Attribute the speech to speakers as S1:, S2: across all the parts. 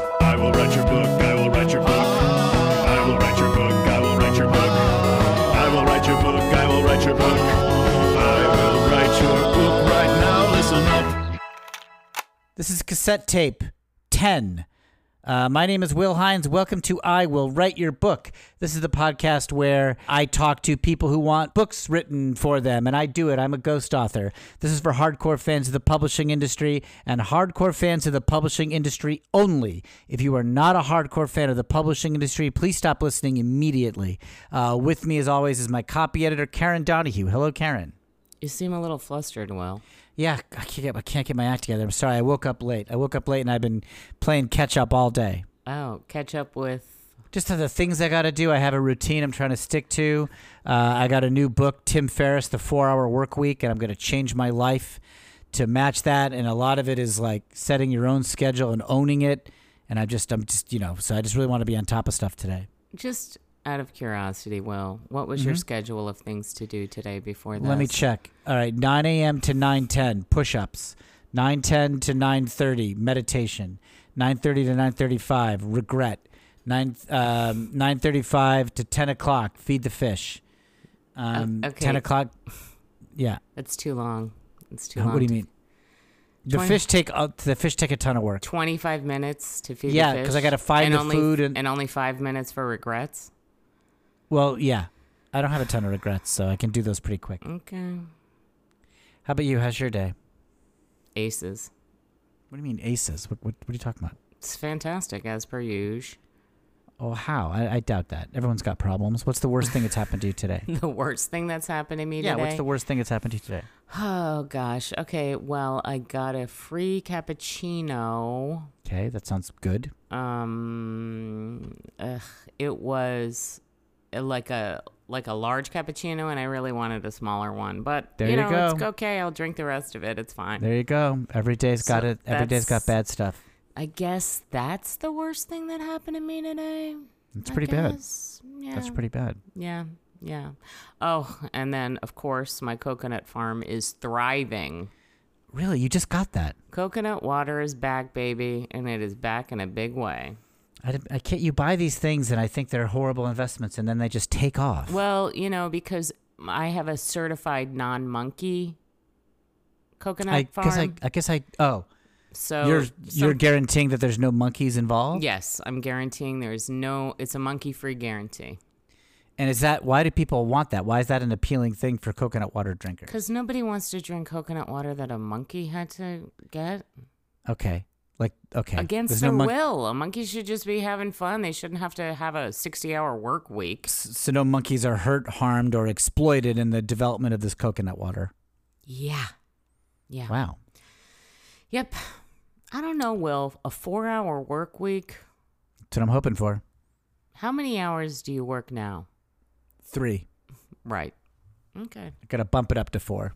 S1: write your book. I will write your book. I will write your book. I will write your book. I will write your book. I will write your book. I will write your book right now. Listen up.
S2: This is cassette tape 10. Uh, my name is Will Hines. Welcome to I Will Write Your Book. This is the podcast where I talk to people who want books written for them, and I do it. I'm a ghost author. This is for hardcore fans of the publishing industry and hardcore fans of the publishing industry only. If you are not a hardcore fan of the publishing industry, please stop listening immediately. Uh, with me, as always, is my copy editor, Karen Donahue. Hello, Karen.
S3: You seem a little flustered, Will.
S2: Yeah, I can't, get, I can't get my act together. I'm sorry. I woke up late. I woke up late and I've been playing catch up all day.
S3: Oh, catch up with.
S2: Just the things I got to do. I have a routine I'm trying to stick to. Uh, I got a new book, Tim Ferriss, The Four Hour Work Week, and I'm going to change my life to match that. And a lot of it is like setting your own schedule and owning it. And I just, I'm just, you know, so I just really want to be on top of stuff today.
S3: Just out of curiosity, Will, what was your schedule of things to do today before this?
S2: Mm-hmm. Let me check. All right, 9 a.m. to 9:10 push-ups. 9:10 to 9:30 meditation. 9:30 to 9:35 regret. 9 um, 9:35 to 10 o'clock feed the fish. Um,
S3: Oh, okay.
S2: 10 o'clock. Yeah.
S3: It's too long. It's too long.
S2: Uh, What do you
S3: to-
S2: mean? The
S3: Twenty-
S2: fish take uh, the fish take a ton of work.
S3: 25 minutes to feed
S2: Yeah,
S3: the
S2: 'cause
S3: fish.
S2: I gotta find
S3: and
S2: the
S3: only,
S2: food and-
S3: only five minutes for regrets.
S2: Well, yeah. I don't have a ton of regrets, so I can do those pretty
S3: Mm.
S2: quick.
S3: Okay.
S2: How about you? How's your day?
S3: Aces.
S2: What do you mean aces? What what, what are you talking about?
S3: It's fantastic, as per usual.
S2: Oh, how? I, I doubt that. Everyone's got problems. What's the worst thing that's happened to you today?
S3: The worst thing that's happened to me
S2: Yeah,
S3: today.
S2: what's the worst thing that's happened to you today?
S3: Oh, gosh. Okay, well, I got a free cappuccino
S2: Okay, that sounds good.
S3: um ugh, it was uh, like a like a large cappuccino and i really wanted a smaller one but
S2: There
S3: you
S2: you
S3: know it's
S2: go.
S3: okay i'll drink the rest of it it's fine
S2: There you go. Every day's got
S3: So
S2: it. Every day's got
S3: that's-
S2: bad stuff.
S3: i guess that's the worst thing that happened to me today
S2: It's
S3: I
S2: pretty bad.
S3: guess. yeah
S2: That's pretty bad.
S3: yeah yeah oh and then of course my coconut farm is thriving
S2: Really, you just got that.
S3: coconut water is back baby and it is back in a big way
S2: I, didn't- I can't. You buy these things, and I think they're horrible investments, and then they just take off.
S3: Well, you know, because I have a certified non monkey coconut
S2: I
S3: farm.
S2: guess I, I guess I. Oh,
S3: so
S2: you're
S3: some-
S2: you're guaranteeing that there's no monkeys involved.
S3: yes, I'm guaranteeing there is no. It's a monkey free guarantee
S2: And is that why do people want that? Why is that an appealing thing for coconut water drinkers?
S3: because nobody wants to drink coconut water that a monkey had to get
S2: Okay, like okay.
S3: against
S2: There's
S3: their
S2: no mon-
S3: will. A monkey should just be having fun. They shouldn't have to have a sixty hour work week.
S2: So no monkeys are hurt, harmed, or exploited in the development of this coconut water.
S3: Yeah, yeah.
S2: Wow.
S3: Yep. I don't know. Will a four hour work week?
S2: That's what I'm hoping for.
S3: How many hours do you work now?
S2: Three.
S3: Right. Okay.
S2: I gotta bump it up to four.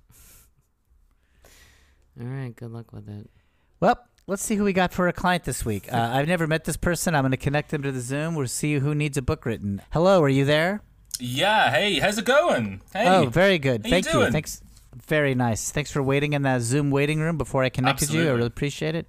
S3: All right, good luck with it.
S2: Well, let's see who we got for a client this week. Uh, I've never met this person. I'm gonna connect them to the Zoom. We'll see who needs a book written. Hello, are you there?
S4: Yeah, hey, how's it going? Hey.
S2: Oh, very good.
S4: How you
S2: Thank you.
S4: doing?
S2: Thanks. Very nice. Thanks for waiting in that Zoom waiting room before I connected you. I
S4: Absolutely.
S2: really appreciate it.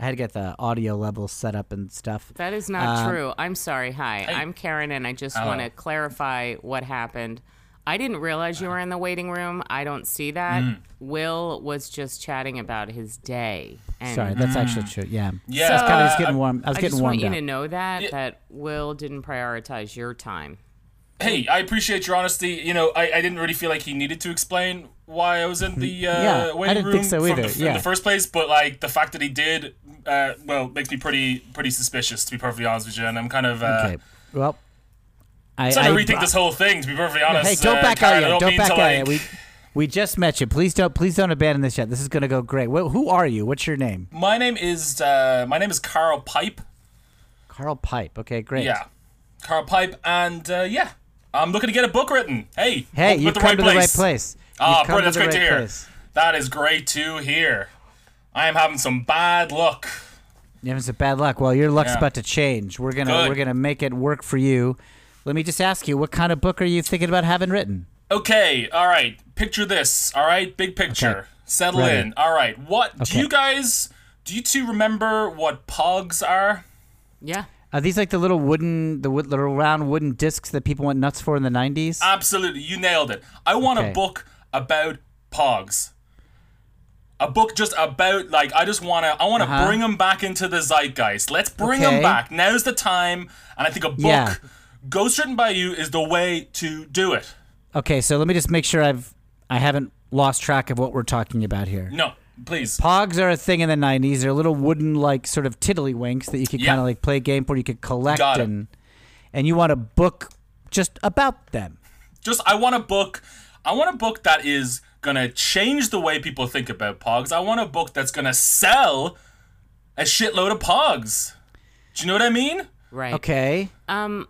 S2: I had to get the audio level set up and stuff.
S3: That is not
S2: Um,
S3: true. I'm sorry. Hi, I'm Karen, and I just
S4: Oh.
S3: want to clarify what happened. I didn't realize
S4: Oh.
S3: you were in the waiting room. I don't see that.
S4: Mm.
S3: Will was just chatting about his day. And
S2: Sorry, that's actually true. Yeah.
S4: Mm. Yeah,
S2: I was kinda
S4: uh,
S2: just getting
S4: I-
S2: warm. I was
S3: I
S2: getting
S3: just want
S2: warmed
S3: you
S2: up.
S3: to know that
S4: Yeah.
S3: that Will didn't prioritize your time.
S4: Hey, I appreciate your honesty. You know, I, I didn't really feel like he needed to explain why I was in the uh,
S2: Mm, Yeah, I
S4: waiting
S2: didn't
S4: room
S2: think so
S4: from
S2: either,
S4: the f-
S2: yeah.
S4: in the first place, but like the fact that he did, uh, well, makes me pretty pretty suspicious to be perfectly honest with you. And I'm kind of uh,
S2: Okay. Well, I,
S4: trying to
S2: I-
S4: rethink this whole thing. To be perfectly honest,
S2: Hey, don't
S4: uh,
S2: back
S4: Karen,
S2: out
S4: I
S2: yet. Don't
S4: mean
S2: back
S4: to,
S2: out
S4: like,
S2: yet. We we just met you. Please don't please don't abandon this yet. This is gonna go great. Wh- who are you? What's your name?
S4: My name is uh, my name is Carl Pipe.
S2: Carl Pipe. Okay, great.
S4: Yeah, Carl Pipe, and uh, yeah, I'm looking to get a book written. Hey,
S2: Hey,
S4: hope I'm
S2: you
S4: at the
S2: come
S4: right
S2: to
S4: place.
S2: the right place.
S4: Ah,
S2: You've come
S4: brilliant. That's
S2: the
S4: great to
S2: right
S4: hear.
S2: place.
S4: That is great to hear. I am having some bad luck.
S2: You having some bad luck. Well, your luck's
S4: Yeah.
S2: about to change. We're gonna
S4: Good.
S2: we're gonna make it work for you. Let me just ask you, what kind of book are you thinking about having written?
S4: Okay, all right. Picture this. All right, big picture.
S2: Okay.
S4: Settle
S2: Ready.
S4: in. All right. What
S2: Okay.
S4: do you guys? Do you two remember what pogs are?
S3: Yeah.
S2: Are these like the little wooden, the wood, little round wooden discs that people went nuts for in the '90s?
S4: Absolutely, you nailed it. I want
S2: Okay.
S4: a book about Pogs. A book just about like I just want to I want to 'em bring them back into the zeitgeist. Let's bring
S2: Uh-huh. Okay.
S4: them back. Now's the time, and I think a book
S2: Yeah.
S4: ghostwritten by you is the way to do it.
S2: okay, so let me just make sure I've I haven't lost track of what we're talking about here.
S4: No, please.
S2: Pogs are a thing in the '90s. They're little wooden, like sort of tiddlywinks that you could
S4: Yeah.
S2: kind of like play a game for. You could collect
S4: Got it.
S2: and and you want a book just about them.
S4: just I want a book. I want a book that is gonna change the way people think about Pogs. I want a book that's gonna sell a shitload of Pogs. Do you know what I mean?
S3: Right.
S2: Okay.
S3: Um.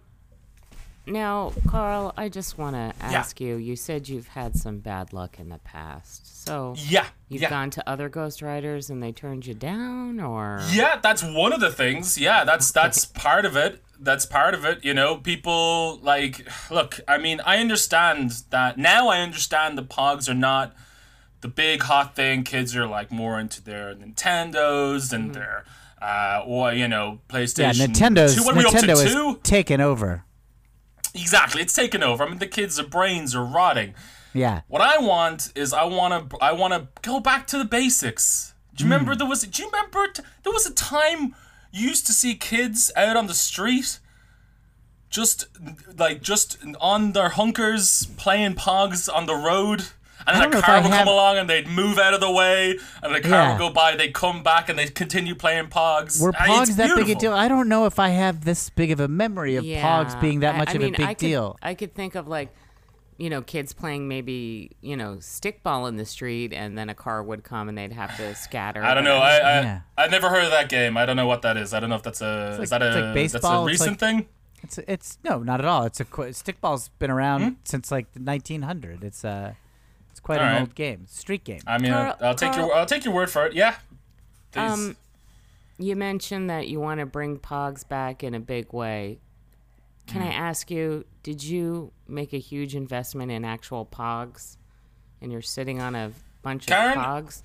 S3: Now, Carl, I just want to ask you. You said you've had some bad luck in the past, so
S4: Yeah.
S3: you've
S4: yeah.
S3: gone to other ghostwriters and they turned you down, or
S4: Yeah, that's one of the things. Yeah, that's that's part of it. That's part of it. You know, people like look, I mean, I understand that now I understand the pogs are not the big hot thing. Kids are like more into their Nintendos and their uh or you know,
S2: Mm-hmm. Yeah,
S4: PlayStation.
S2: Nintendo's
S4: two. What are we up
S2: Nintendo
S4: to
S2: is
S4: two?
S2: taken over.
S4: Exactly. It's taken over. I mean the kids' brains are rotting.
S2: Yeah.
S4: What I want is I want to I want to go back to the basics. Do you
S2: Hmm.
S4: remember there was Do you remember t- there was a time you used to see kids out on the street just like just on their hunkers playing pogs on the road and
S2: don't
S4: then
S2: know
S4: a
S2: if
S4: car
S2: I
S4: would
S2: have-
S4: come along and they'd move out of the way and the car
S2: Yeah.
S4: would go by they'd come back and they'd continue playing pogs.
S2: Were
S4: Uh, it's
S2: Pogs that big a
S4: beautiful.
S2: deal? I don't know if I have this big of a memory of Pogs being that
S3: I-
S2: much
S3: I
S2: of
S3: mean,
S2: a big
S3: I could,
S2: deal.
S3: I could think of like, you know, kids playing maybe you know stickball in the street, and then a car would come and they'd have to scatter.
S4: I don't know. I I,
S2: Yeah.
S4: I've never heard of that game. I don't know what that is. I don't know if that's a is
S2: like-
S4: that a
S2: it's like
S4: that's a
S2: baseball, it's like-
S4: recent thing.
S2: It's it's no, not at all. It's a qu- stickball's been around
S4: Hmm?
S2: since like the 1900. It's uh it's quite an
S4: All right. Uh,
S2: old game, street game.
S4: I mean,
S3: Carl-
S4: I'll take
S3: Carl-
S4: your I'll take your word for it. Yeah. Please.
S3: Um, You mentioned that you want to bring Pogs back in a big way. Can
S4: Mm.
S3: I ask you, did you make a huge investment in actual Pogs and you're sitting on a bunch
S4: Karen?
S3: of Pogs?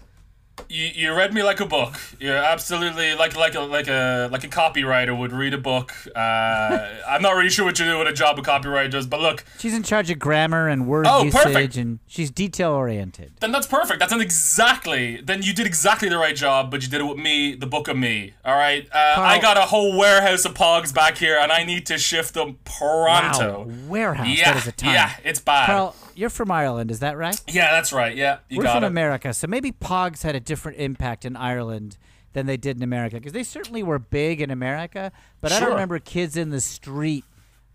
S4: you, you read me like a book. You're absolutely like like a like a like a copywriter would read a book. Uh, I'm not really sure what you do what a job a copywriter does, but look,
S2: She's in charge of grammar and word
S4: Oh,
S2: usage,
S4: perfect.
S2: and she's detail oriented.
S4: then that's perfect. That's an exactly. Then you did exactly the right job, but you did it with me, the book of me. All right. Uh, I got a whole warehouse of pogs back here, and I need to shift them pronto.
S2: Wow, warehouse.
S4: Yeah,
S2: that is a ton.
S4: yeah, it's bad.
S2: Carl, you're from Ireland, is that right?
S4: Yeah, that's right. Yeah, you
S2: We're
S4: got
S2: from
S4: it.
S2: America, so maybe Pogs had a different impact in Ireland than they did in America because they certainly were big in America, but I don't
S4: Sure.
S2: remember kids in the street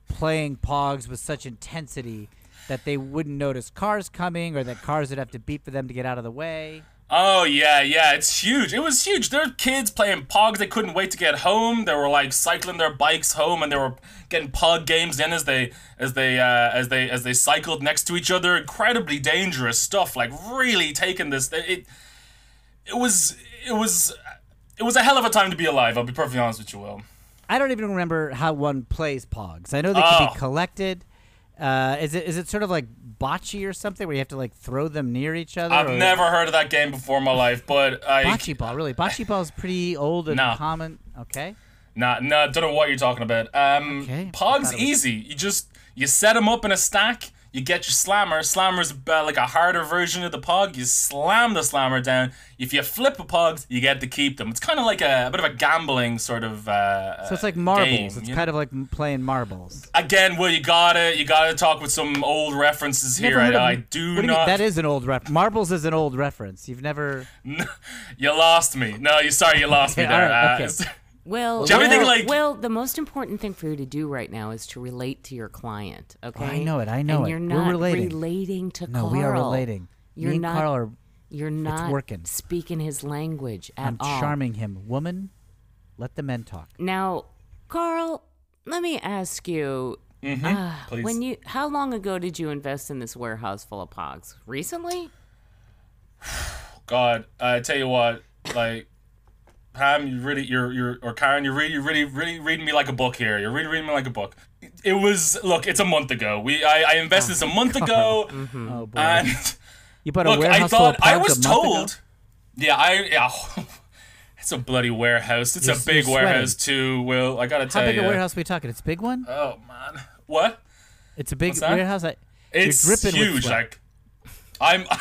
S2: playing Pogs with such intensity that they wouldn't notice cars coming or that cars would have to beep for them to get out of the way.
S4: Oh yeah, yeah, it's huge. It was huge. There were kids playing Pog. They couldn't wait to get home. They were like cycling their bikes home, and they were getting Pog games in as they as they uh, as they as they cycled next to each other. Incredibly dangerous stuff. Like really taking this. It it was it was it was a hell of a time to be alive. I'll be perfectly honest with you, Will.
S2: I don't even remember how one plays Pogs. I know they can
S4: Oh.
S2: be collected. Uh, is it is it sort of like bocce or something where you have to like throw them near each other?
S4: I've
S2: or-
S4: never heard of that game before in my life, but I
S2: bocce ball really. Bocce ball is pretty old and
S4: No.
S2: common. Okay.
S4: Nah, nah, don't know what you're talking about. Um,
S2: Okay, I
S4: Pog's
S2: thought it was-
S4: easy. You just you set them up in a stack. You get your slammer. Slammer's uh, like a harder version of the pog. You slam the slammer down. If you flip a pogs, you get to keep them. It's kind of like a, a bit of a gambling sort of. Uh,
S2: So it's like marbles.
S4: Game,
S2: it's
S4: you
S2: kind of like m- playing marbles.
S4: Again, Will, you gotta you gotta talk with some old references here.
S2: Never heard of-
S4: I, I
S2: what
S4: do
S2: you mean?
S4: not.
S2: That is an old ref. Marbles is an old reference. You've never.
S4: you lost me. No, you sorry, you lost me
S2: Okay,
S4: there.
S2: alright, okay.
S4: Uh, it's-
S3: Well,
S4: Do you have
S3: well,
S4: anything like-
S3: well, the most important thing for you to do right now is to relate to your client. Okay,
S2: Oh, I know it, I know
S3: and
S2: it.
S3: You're
S2: We're
S3: not
S2: relating.
S3: relating to
S2: No,
S3: Carl.
S2: we are relating.
S3: You're
S2: Me and
S3: not.
S2: Carl are.
S3: you're not
S2: working.
S3: speaking his language at
S2: I'm
S3: all.
S2: charming him, woman. Let the men talk.
S3: Now, Carl, let me ask you. ah,
S4: Mm-hmm, please.
S3: When you, how long ago did you invest in this warehouse full of pogs? Recently?
S4: God, I tell you what, like Pam, you really, you're, you're, or Karen, you're really, you're really, really reading me like a book here. You're really reading me like a book. It was, look, it's a month ago. We, I, I invested this a month ago,
S2: Oh boy!
S4: and
S2: you bought a
S4: look, I
S2: warehouse full of
S4: thought I
S2: pogs a
S4: was
S2: month ago?
S4: told. Yeah, I, yeah, It's a bloody warehouse. It's
S2: You're-
S4: a big
S2: you're sweating.
S4: warehouse too. Will I gotta
S2: How
S4: tell
S2: big
S4: you?
S2: a warehouse are we talking? It's a big one.
S4: Oh man, what?
S2: It's a big
S4: that?
S2: warehouse. I,
S4: It's
S2: you're dripping With
S4: huge.
S2: sweat.
S4: Like, I'm.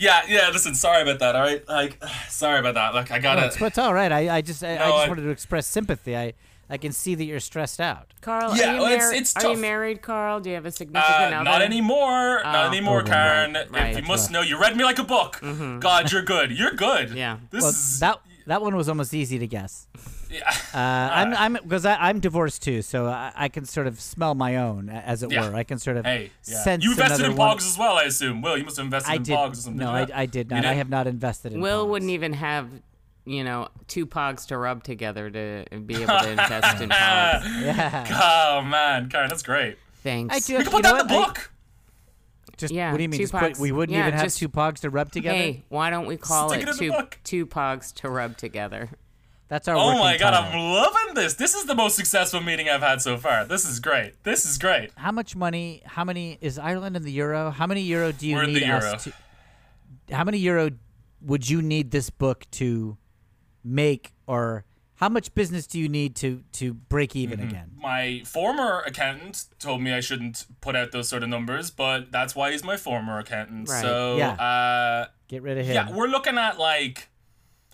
S4: Yeah, yeah. Listen, sorry about that. All right, like, sorry about that. Like, I
S2: No,
S4: gotta.
S2: it's, it's all right. I, I just I, I
S4: No,
S2: just
S4: I-
S2: wanted to express sympathy. I I can see that you're stressed out.
S3: Carl, are,
S4: Yeah,
S3: you
S4: well, it's-
S3: mar-
S4: it's
S3: are you
S4: tough.
S3: married, Carl? Do you have a significant
S4: Uh,
S3: other?
S4: not anymore.
S3: Oh.
S4: Not anymore,
S2: Okay,
S4: Karen.
S3: right, right.
S4: If you
S3: That's
S4: must know, you read me like a book. God, you're good. You're good.
S3: Yeah.
S4: This
S2: Well,
S4: is.
S2: that that one was almost easy to guess.
S4: yeah.
S2: Uh, I'm I'm because I'm divorced too, so I, I can sort of smell my own, a- as it
S4: Yeah.
S2: were. I can sort of
S4: Hey, yeah.
S2: sense
S4: you invested
S2: another
S4: in
S2: one.
S4: Pogs as well, I assume. Will, you must have invested
S2: I
S4: in
S2: did
S4: Pogs or something.
S2: no, I,
S4: didn't you?
S2: I did
S4: You
S2: not. I
S4: didn't?
S2: have not invested in.
S3: Will
S2: Pogs.
S3: wouldn't even have, you know, two pogs to rub together to be able to invest in pogs.
S2: Yeah.
S4: Oh man, Karen, that's great.
S3: Thanks.
S2: I do.
S4: We
S2: You
S4: can put
S2: know
S4: that in the
S2: what? I-
S4: book.
S2: just
S3: Yeah,
S2: what do you mean?
S3: two
S2: Just put-
S3: pogs.
S2: we wouldn't
S3: Yeah,
S2: even have
S3: just-
S2: two pogs to rub together.
S3: Hey, why don't we call
S4: Stick it
S3: it
S4: in the
S3: two
S4: book.
S3: two pogs to rub together?
S2: That's our.
S4: Oh
S2: working
S4: my god,
S2: title.
S4: I'm loving this. This is the most successful meeting I've had so far. This is great. This is great.
S2: How much money? How many is Ireland in the euro? How many euro do you
S4: We're in the
S2: need
S4: euro.
S2: us to? How many euro would you need this book to make, or how much business do you need to to break even
S4: Mm-hmm.
S2: again?
S4: My former accountant told me I shouldn't put out those sort of numbers, but that's why he's my former accountant.
S3: Right.
S4: So,
S2: Yeah.
S4: uh,
S2: Get rid of him.
S4: yeah, we're looking at like,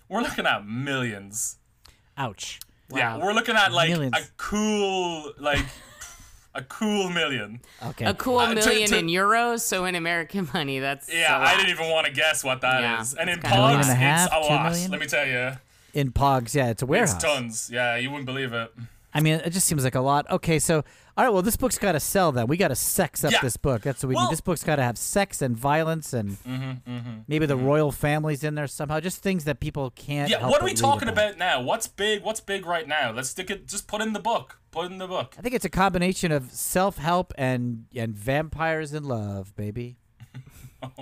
S4: we're looking at millions.
S2: Ouch.
S4: Yeah,
S3: Wow.
S4: we're looking at like
S2: Millions.
S4: a cool, like, a cool million.
S2: Okay.
S3: A cool
S4: Uh, to-
S3: million
S4: to-
S3: in euros, so in American money, that's
S4: Yeah,
S3: a
S4: I
S3: lot.
S4: didn't even want to guess what that is.
S3: Yeah,
S4: And in
S3: it's kinda Million
S4: pogs,
S3: and a
S2: half,
S4: it's a
S2: two
S4: lot.
S2: million?
S4: Let me tell you,
S2: In pogs, yeah, it's a warehouse.
S4: it's tons. Yeah, you wouldn't believe it.
S2: I mean, it just seems like a lot. Okay, so all right, well, this book's got to sell. Then we got to sex up
S4: Yeah.
S2: this book. That's what we
S4: Well- Mm-hmm,
S2: need. This book's got to have sex and violence and maybe the royal family's in there somehow. Just things that people can't.
S4: Yeah,
S2: help
S4: what are
S2: but
S4: we
S2: read
S4: talking about now? What's big? What's big right now? Let's stick it. Just put in the book. Put in the book.
S2: I think it's a combination of self help and and vampires in love, baby.
S3: That's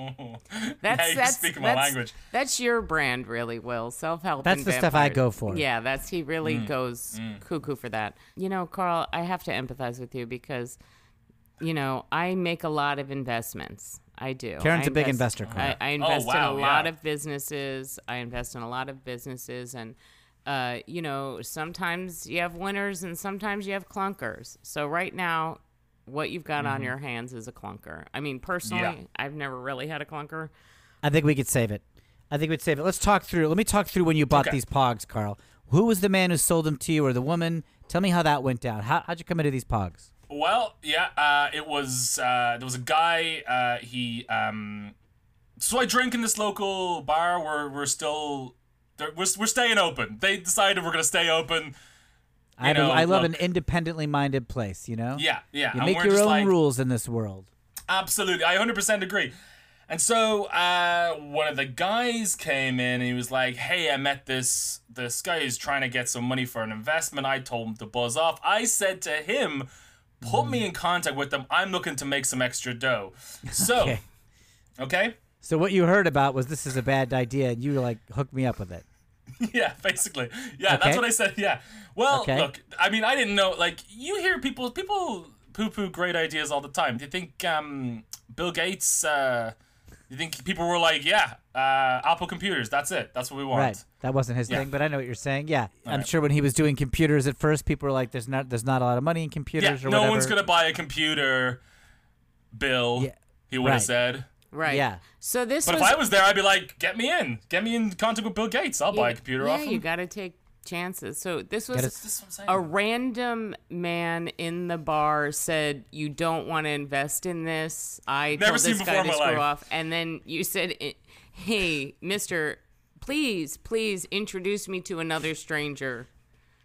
S4: Now you're
S3: that's
S4: speaking my
S3: that's-
S4: language.
S3: That's your brand, really, Will. Self help.
S2: That's the stuff I go for.
S3: Yeah, that's he really
S4: Mm,
S3: goes cuckoo for that. You know, Carl, I have to empathize with you because, you know, I make a lot of investments. I do.
S2: Karen's a
S3: I
S2: big
S3: invest-
S2: investor, Carl.
S3: I, I invest
S4: Oh, wow,
S3: in a lot
S4: yeah.
S3: of businesses. I invest in a lot of businesses, and uh, you know, sometimes you have winners and sometimes you have clunkers. So right now, what you've got
S4: Mm-hmm.
S3: on your hands is a clunker. I mean, personally, I've never really had a clunker.
S2: I think we could save it. I think we'd save it. Let's talk through. Let me talk through when you bought
S4: Okay.
S2: these pogs, Carl. Who was the man who sold them to you, or the woman? Tell me how that went down. How, how'd you come into these pogs?
S4: Well, yeah, uh, it was uh, there was a guy. Uh, he um, so I drink in this local bar. We're we're still there- we're we're staying open. They decided we're gonna stay open.
S2: I,
S4: know,
S2: I love an
S4: look.
S2: independently minded place. You know.
S4: Yeah, yeah.
S2: You
S4: and
S2: make
S4: we're
S2: your
S4: just
S2: own
S4: like,
S2: rules in this world.
S4: Absolutely, I 100% agree. And so uh, one of the guys came in and he was like, "Hey, I met this this guy who's trying to get some money for an investment." I told him to buzz off. I said to him, "Put me in contact with them. I'm looking to make some extra dough." So, okay.
S2: Okay. So what you heard about was this is a bad idea, and you like hooked me up with it.
S4: Yeah, basically. Yeah, that's
S2: Okay.
S4: what I said. Yeah. Well,
S2: Okay.
S4: look, I mean, I didn't know. Like, you hear people people poo poo great ideas all the time. Do you think um, Bill Gates? Uh, you think people were like, yeah, uh, Apple computers. That's it. That's what we want.
S2: Right. That wasn't his thing, but I know what you're saying. Yeah, I'm sure when he was doing computers at first, people were like, "There's not, there's not a lot of money in
S4: Yeah.
S2: computers or
S4: No
S2: whatever."
S4: one's gonna buy a computer, Bill.
S2: Yeah,
S4: He would have
S2: right.
S4: said.
S3: Right.
S2: Yeah.
S3: So this
S4: But
S3: was
S4: if I was there, I'd be like, get me in. Get me in contact with Bill Gates. I'll buy a computer
S3: yeah,
S4: off
S3: you
S4: him.
S3: got to take chances. So this
S2: Gotta
S3: was
S2: s-
S4: That's what I'm saying.
S3: a random man in the bar said, "You don't want to invest in this." I
S4: Never
S3: told
S4: seen
S3: this guy
S4: before in
S3: to
S4: my
S3: screw
S4: life.
S3: off, and then you said, "Eh, "Hey, Mister, please, please introduce me to another stranger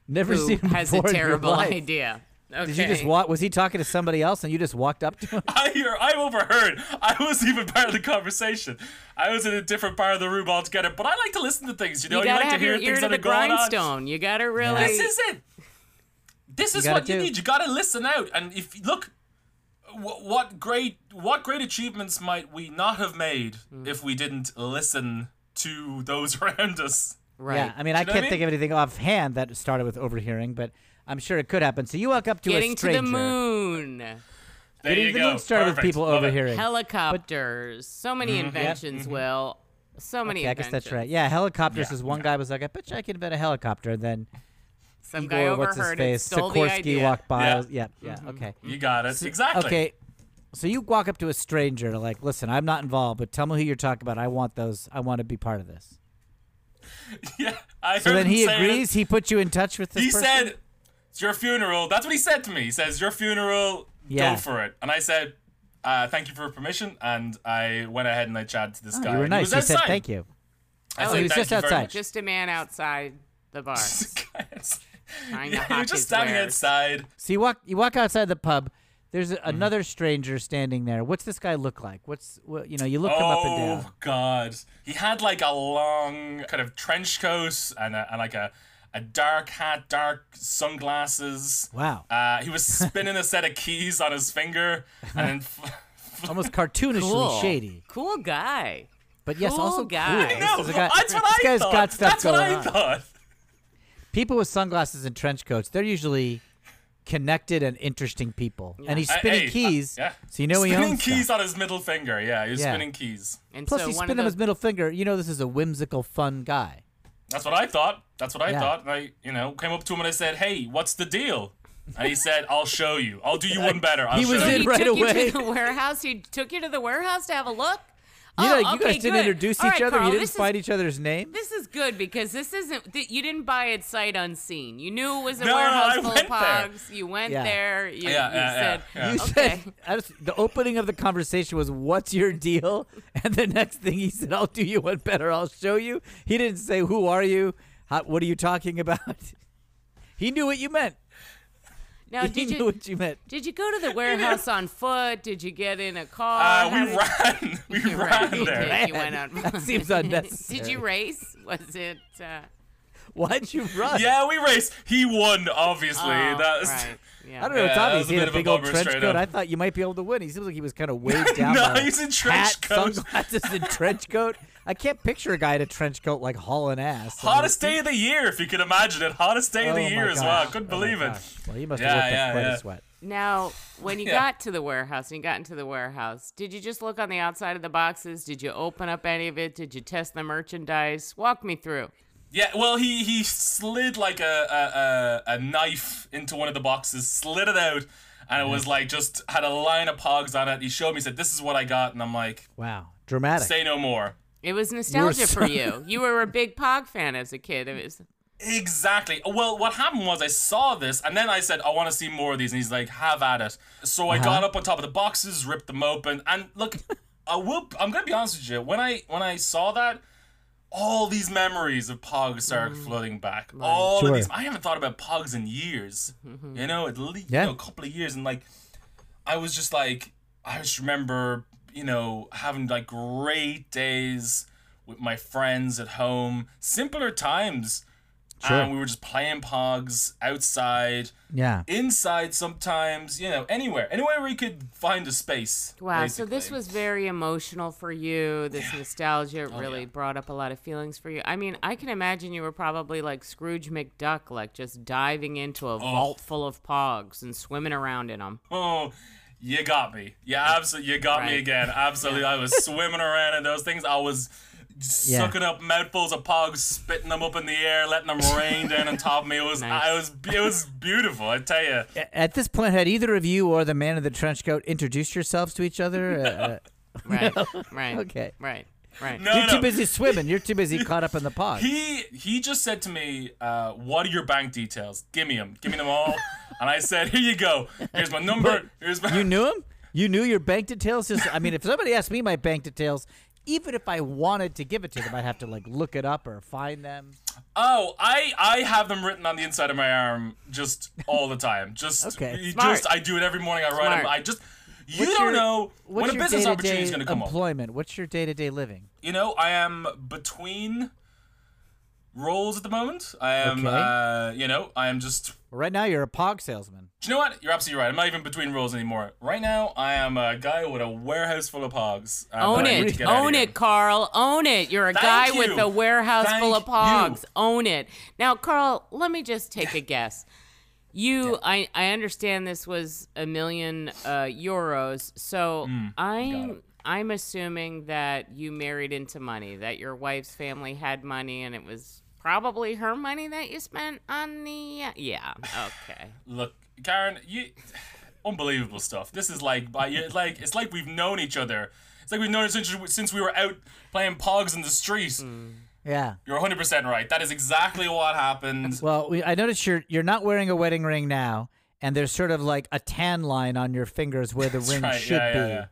S2: Never
S3: who
S2: seen him
S3: has a
S2: before in your
S3: terrible
S2: life.
S3: idea." Okay.
S2: Did you just walk? Was he talking to somebody else, and you just walked up to him?
S4: I hear I overheard. I wasn't even part of the conversation. I was in a different part of the room altogether. But I like to listen to things, you
S3: You
S4: know. You,
S3: gotta
S4: like to
S3: have
S4: hear
S3: your ear
S4: things
S3: to
S4: that
S3: the
S4: are going on.
S3: grindstone. You gotta really.
S4: This is it. This is
S2: gotta
S4: what you
S2: do.
S4: need. You gotta listen out. And if look, wh- what great what great achievements might we not have made
S3: Hmm.
S4: if we didn't listen to those around us?
S3: right.
S2: Yeah. I mean, I
S4: know what I
S2: can't
S4: mean?
S2: think of anything offhand that started with overhearing, but I'm sure it could happen. So you walk up to
S3: Getting
S2: a
S3: to
S2: stranger.
S3: the moon.
S4: There
S2: Getting to
S4: you
S2: the
S4: go.
S2: moon started
S4: Perfect.
S2: with people
S4: Love it.
S2: overhearing.
S4: Mm-hmm.
S3: helicopters so many inventions will So many.
S2: Yeah, Mm-hmm. I guess that's
S3: inventions.
S2: right. Yeah, helicopters
S4: Yeah,
S2: is one guy was like, I bet you I can invent a helicopter. And then
S3: Some guy
S2: Igor, what's his
S3: overheard it,
S2: face,
S3: stole the
S2: Sikorsky
S3: idea. Mm-hmm.
S2: walked by.
S4: Yeah.
S2: was- Yeah, yeah, okay.
S4: You got it. Exactly.
S2: Okay. So you walk up to a stranger and like, listen, I'm not involved, but tell me who you're talking about. I want those. I want to be part of this.
S4: Yeah. I
S2: So
S4: heard
S2: then
S4: him
S2: he
S4: say it.
S2: agrees. He puts you in touch with this
S4: He
S2: person?
S4: said, "It's your funeral." That's what he said to me. He says, "Your funeral.
S2: Yeah.
S4: Go for it." And I said, uh, "Thank you for permission." And I went ahead and I chatted to this guy.
S2: Oh, you were
S4: He
S2: nice.
S4: was
S2: He said
S4: outside.
S2: thank you.
S4: I
S2: Oh,
S4: said,
S2: he was
S4: "Thank
S2: just
S4: you very
S2: outside.
S4: much."
S3: Just a man outside the bar trying to
S4: yeah, he
S3: hawk
S4: was just
S3: his
S4: standing
S3: wares.
S4: outside.
S2: So you walk you walk outside the pub. There's
S4: Mm-hmm.
S2: a, another stranger standing there. What's this guy look like? What's what, you know? You look him up and down.
S4: Oh god, he had like a long kind of trench coat and, a, and like a, a dark hat, dark sunglasses.
S2: Wow.
S4: Uh, he was spinning a set of keys on his finger, and then Oh.
S2: Almost cartoonishly
S3: Cool.
S2: shady.
S3: Cool guy.
S2: But yes,
S3: Cool
S2: also
S3: guy.
S2: cool.
S3: I
S4: no,
S2: This is a guy-
S4: that's what
S2: this
S4: I
S2: guy's
S4: thought.
S2: got stuff
S4: that's
S2: going
S4: what I
S2: on.
S4: thought.
S2: People with sunglasses and trench coats, they're usually connected and interesting people. And he's
S4: Uh,
S2: spinning
S4: hey,
S2: keys,
S4: uh, yeah.
S2: so you know he
S4: spinning
S2: owns
S4: keys
S2: stuff.
S4: on his middle finger. Yeah, he was
S2: Yeah.
S4: spinning keys.
S3: And
S2: Plus,
S3: so
S2: he's
S3: one
S2: spinning
S3: of
S2: his
S3: the,
S2: middle finger. You know, this is a whimsical, fun guy.
S4: That's what I thought. That's what I
S2: Yeah.
S4: thought. And I, you know, came up to him and I said, "Hey, what's the deal?" And he said, "I'll show you. I'll do you one better. I'll
S2: He
S4: show
S2: was
S4: you."
S2: in
S3: he
S2: right
S3: took
S2: away.
S3: you to the warehouse. He took you to the warehouse to have a look.
S2: You
S3: oh,
S2: know, you
S3: okay,
S2: guys didn't
S3: good.
S2: introduce
S3: All
S2: each
S3: right,
S2: other.
S3: Carl,
S2: you didn't
S3: this is-
S2: find each other's name.
S3: This is good because this isn't. Th- you didn't buy it sight unseen. You knew it was a
S4: No, no,
S3: warehouse
S4: I
S3: full of
S4: went there.
S3: pogs. You went
S2: Yeah.
S3: there. You,
S4: Yeah,
S3: you
S4: yeah,
S3: said,
S4: yeah, yeah.
S2: You
S3: Okay.
S2: said I just, the opening of the conversation was "What's your deal?" and the next thing he said, "I'll do you one better. I'll show you." He didn't say, "Who are you? How, what are you talking about?" He knew what you meant.
S3: Now,
S2: he
S3: Oh, did
S2: knew
S3: you
S2: what you meant.
S3: did you go to the warehouse on foot? Did you get in a car?
S4: Uh,
S3: How
S4: we
S3: did-
S4: ran. We
S3: You
S4: ran
S3: did.
S4: there.
S3: You went on.
S2: That seems unnecessary.
S3: Did you race? Was it? Uh,
S2: Why'd you run?
S4: Yeah, we raced. He won, obviously.
S3: oh,
S4: that was,
S3: right. Yeah.
S2: I don't know. It's
S4: Yeah, that
S2: obvious.
S4: was a
S2: He had a
S4: bit of a
S2: big old
S4: bummer
S2: trench
S4: straight
S2: coat.
S4: up.
S2: I thought you might be able to win. He seems like he was kind of weighed down.
S4: No,
S2: by
S4: he's in
S2: hat,
S4: trench coat.
S2: sunglasses, and trench coat. I can't picture a guy in a trench coat like hauling ass. I mean,
S4: Hottest day of the year, if you could imagine it. Hottest day of
S2: oh
S4: the
S2: my
S4: year as
S2: gosh.
S4: well.
S2: Oh
S4: Couldn't
S2: my
S4: believe it.
S2: gosh. Well, you must
S4: Yeah,
S2: have worked
S4: yeah,
S2: up quite
S4: yeah.
S2: a sweat.
S3: Now, when you
S4: Yeah.
S3: got to the warehouse and you got into the warehouse, did you just look on the outside of the boxes? Did you open up any of it? Did you test the merchandise? Walk me through.
S4: Yeah, well, he he slid like a a, a, a knife into one of the boxes, slid it out, and it was like just had a line of pogs on it. He showed me, he said, "This is what I got," and I'm like,
S2: Wow, dramatic.
S4: "Say no more."
S3: It was nostalgia
S2: so-
S3: for you. You were a big Pog fan as a kid. It was
S4: Exactly. Well, what happened was I saw this, and then I said, I want to see more of these. And he's like, have at it. So I got up on top of the boxes, ripped them open, and look, I will. I'm gonna be honest with you. When I when I saw that, all these memories of Pogs started flooding back. All
S2: Sure.
S4: of these. I haven't thought about Pogs in years.
S3: Mm-hmm.
S4: You know, at least
S2: Yeah.
S4: you know, a couple of years, and like, I was just like, I just remember, you know, having like great days with my friends at home, simpler times.
S2: Sure.
S4: And we were just playing pogs outside,
S2: yeah.
S4: inside sometimes, you know, anywhere, anywhere where you could find a space.
S3: wow. So this
S4: basically.
S3: was very emotional for you. This nostalgia
S4: Oh,
S3: really brought up a lot of feelings for you. I mean, I can imagine you were probably like Scrooge McDuck, like just diving into a vault full of Pogs and swimming around in them.
S4: Oh, you got me. Yeah, absolutely. You got me
S3: Right.
S4: again. Absolutely. I was swimming around in those things. I was
S2: Yeah.
S4: sucking up mouthfuls of pogs, spitting them up in the air, letting them rain down on top of me. It was,
S3: Nice.
S4: I was, it was beautiful. I tell you.
S2: A- At this point, had either of you or the man in the trench coat introduced yourselves to each other? Uh,
S3: Right. Right.
S2: Okay.
S3: Right. Right.
S4: No,
S2: uh, you're
S4: no.
S2: too busy swimming. You're too busy caught up in the pod.
S4: He he just said to me, uh, "What are your bank details? Give me them. Give me them all." and I said, "Here you go. Here's my number. Here's my."
S2: you knew him. You knew your bank details. Just, I mean, if somebody asked me my bank details, even if I wanted to give it to them, I'd have to like look it up or find them.
S4: Oh, I I have them written on the inside of my arm just all the time. Just
S2: Okay.
S4: you
S3: Smart.
S4: just I do it every morning. I write
S3: Smart.
S4: them. I just you
S2: What's
S4: don't
S2: your-
S4: know
S2: What's
S4: when a
S2: your
S4: business
S2: day-to-day
S4: opportunity is going to come up.
S2: employment? What's your day to day living?
S4: You know, I am between roles at the moment. I am
S2: Okay.
S4: uh, you know, I am just
S2: Well, right now, you're a pog salesman.
S4: Do you know what? You're absolutely right. I'm not even between roles anymore. Right now, I am a guy with a warehouse full of pogs. uh,
S3: Own
S4: that I need to
S3: it.
S4: get out of
S3: Own
S4: here.
S3: it, Carl. Own it. You're a
S4: Thank
S3: guy
S4: you.
S3: with a warehouse full of
S4: Thank
S3: pogs.
S4: you.
S3: Own it. Now, Carl, let me just take a guess. You, I,
S4: Mm,
S3: I understand this was a million uh, euros, so I'm, I'm assuming that you married into money, that your wife's family had money, and it was probably her money that you spent on the. Yeah. Okay.
S4: Look, Karen, you unbelievable stuff. This is like by you- like it's like we've known each other. It's like we've known since since we were out playing pogs in the street.
S2: Yeah.
S4: You're 100 percent right. That is exactly what happened.
S2: Well, we, I noticed you're you're not wearing a wedding ring now, and there's sort of like a tan line on your fingers where the ring
S4: right.
S2: should
S4: yeah,
S2: be.
S4: yeah, yeah.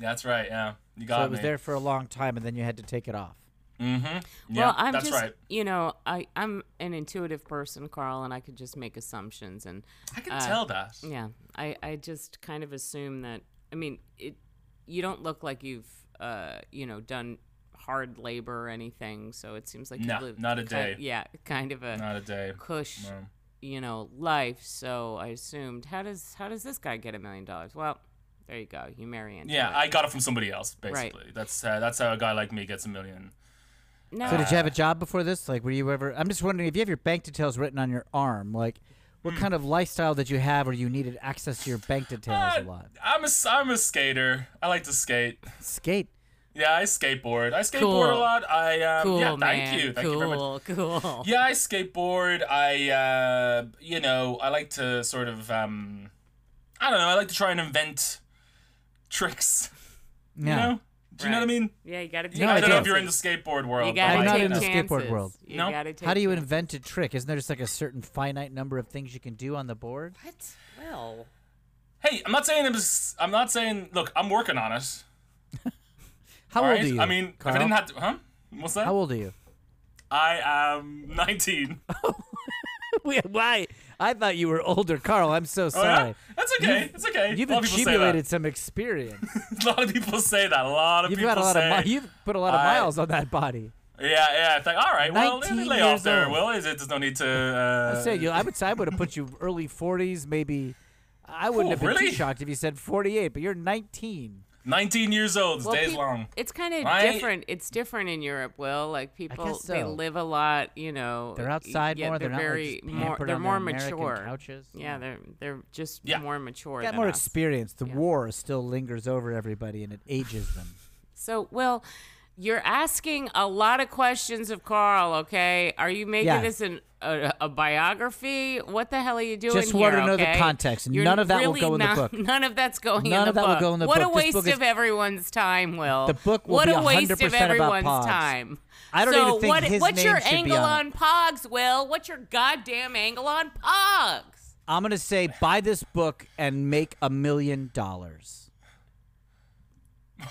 S4: That's right. Yeah, you got
S2: So it was
S4: me. Mm-hmm.
S2: there for a long time, and then you had to take it off.
S4: Yeah,
S3: well, I'm
S4: that's
S3: just,
S4: right.
S3: you know, I, I'm an intuitive person, Carl, and I could just make assumptions. And
S4: I can tell that.
S3: yeah, I, I just kind of assume that, I mean, it, you don't look like you've, uh, you know, done hard labor or anything. So it seems like
S4: No,
S3: you lived
S4: not a
S3: ki-
S4: day.
S3: yeah, kind of a
S4: Not a day.
S3: cush, you know, life. So I assumed, how does how does this guy get a million dollars? Well, there you go. You marry into
S4: Yeah,
S3: it.
S4: I got it from somebody else. Basically, that's uh, that's how a guy like me gets a million. uh,
S3: no,
S2: So did you have a job before this? Like, were you ever? I'm just wondering if you have your bank details written on your arm, like.
S4: Hmm.
S2: What kind of lifestyle did you have, or you needed access to your bank details a
S4: Uh,
S2: lot?
S4: I'm a s- I'm a skater. I like to skate.
S2: Skate.
S4: Yeah, I skateboard. I skateboard a
S3: Cool.
S4: lot. I um,
S3: cool,
S4: yeah,
S3: man.
S4: thank you, thank
S3: cool,
S4: you very much.
S3: cool.
S4: Yeah, I skateboard. I, uh, you know, I like to sort of, um, I don't know, I like to try and invent tricks.
S2: No.
S4: You know? Do you know what I mean?
S3: Yeah, you gotta. Take
S4: I
S2: I
S4: don't know if you're in the
S3: chances.
S4: skateboard world.
S3: You
S4: but
S3: gotta
S2: I'm
S4: like,
S2: not
S3: take
S2: in the
S3: chances.
S2: skateboard world.
S3: You
S4: No?
S3: gotta take
S2: How do you
S3: chances.
S2: invent a trick? Isn't there just like a certain finite number of things you can do on the board?
S3: What? Well,
S4: Hey, I'm not saying I'm, just, I'm not saying. Look, I'm working on it.
S2: How
S4: all
S2: old
S4: right?
S2: are you?
S4: I mean,
S2: Carl?
S4: if I didn't have to, huh? What's that?
S2: How old are you?
S4: I am 19.
S2: Why? I thought you were older, Carl. I'm so
S4: Oh, yeah?
S2: sorry.
S4: That's okay. it's okay.
S2: You've
S4: a lot of people say that.
S2: accumulated some experience.
S4: A lot of people say that. A lot of
S2: You've
S4: people
S2: got a lot
S4: say.
S2: of mi- you've put a lot of
S4: I-
S2: miles on that body.
S4: Yeah, yeah. It's like, all right, well, let me
S2: 19
S4: lay off
S2: years
S4: there,
S2: old.
S4: Will. Is it? There's no need to. Uh,
S2: I say you, I would say I would have put you early 40s, maybe. I wouldn't
S4: Oh,
S2: have been
S4: really?
S2: too shocked if you said 48, but you're 19.
S4: 19 years old. This
S3: well
S4: day's
S3: peop-
S4: long.
S3: It's kind of
S4: Right?
S3: different. It's different in Europe, Will. Like people,
S2: guess
S3: they
S2: so.
S3: live a lot. You know,
S2: They're outside
S3: yeah,
S2: more.
S3: They're,
S2: They're,
S3: very
S2: not like just
S3: more.
S2: pampered
S3: They're
S2: on
S3: more
S2: their American
S3: mature.
S2: Couches.
S3: Yeah, they're they're just
S4: Yeah.
S3: more mature.
S2: Got
S3: than
S2: more
S3: us.
S2: experience. The war still lingers over everybody, and it ages them.
S3: So, Will, you're asking a lot of questions of Carl. Okay, are you making
S2: Yeah.
S3: this an, a, a biography? What the hell are you doing
S2: Just
S3: here?
S2: wanna know the
S3: okay?
S2: context. None of that will
S3: really
S2: go in the
S3: not-
S2: book.
S3: None of that's going in
S2: None
S3: the
S2: of that
S3: book.
S2: will go in the
S3: what
S2: book.
S3: a
S2: This
S3: waste
S2: book is-
S3: of everyone's time, Will.
S2: The book will
S3: what
S2: be
S3: a waste of
S2: 100% about
S3: everyone's
S2: Pogs.
S3: time.
S2: I don't
S3: so
S2: even think
S3: what,
S2: his
S3: what's
S2: name
S3: your
S2: should be
S3: angle
S2: on
S3: on Pogs, Will? What's your goddamn angle on Pogs?
S2: I'm gonna say buy this book and make a million dollars.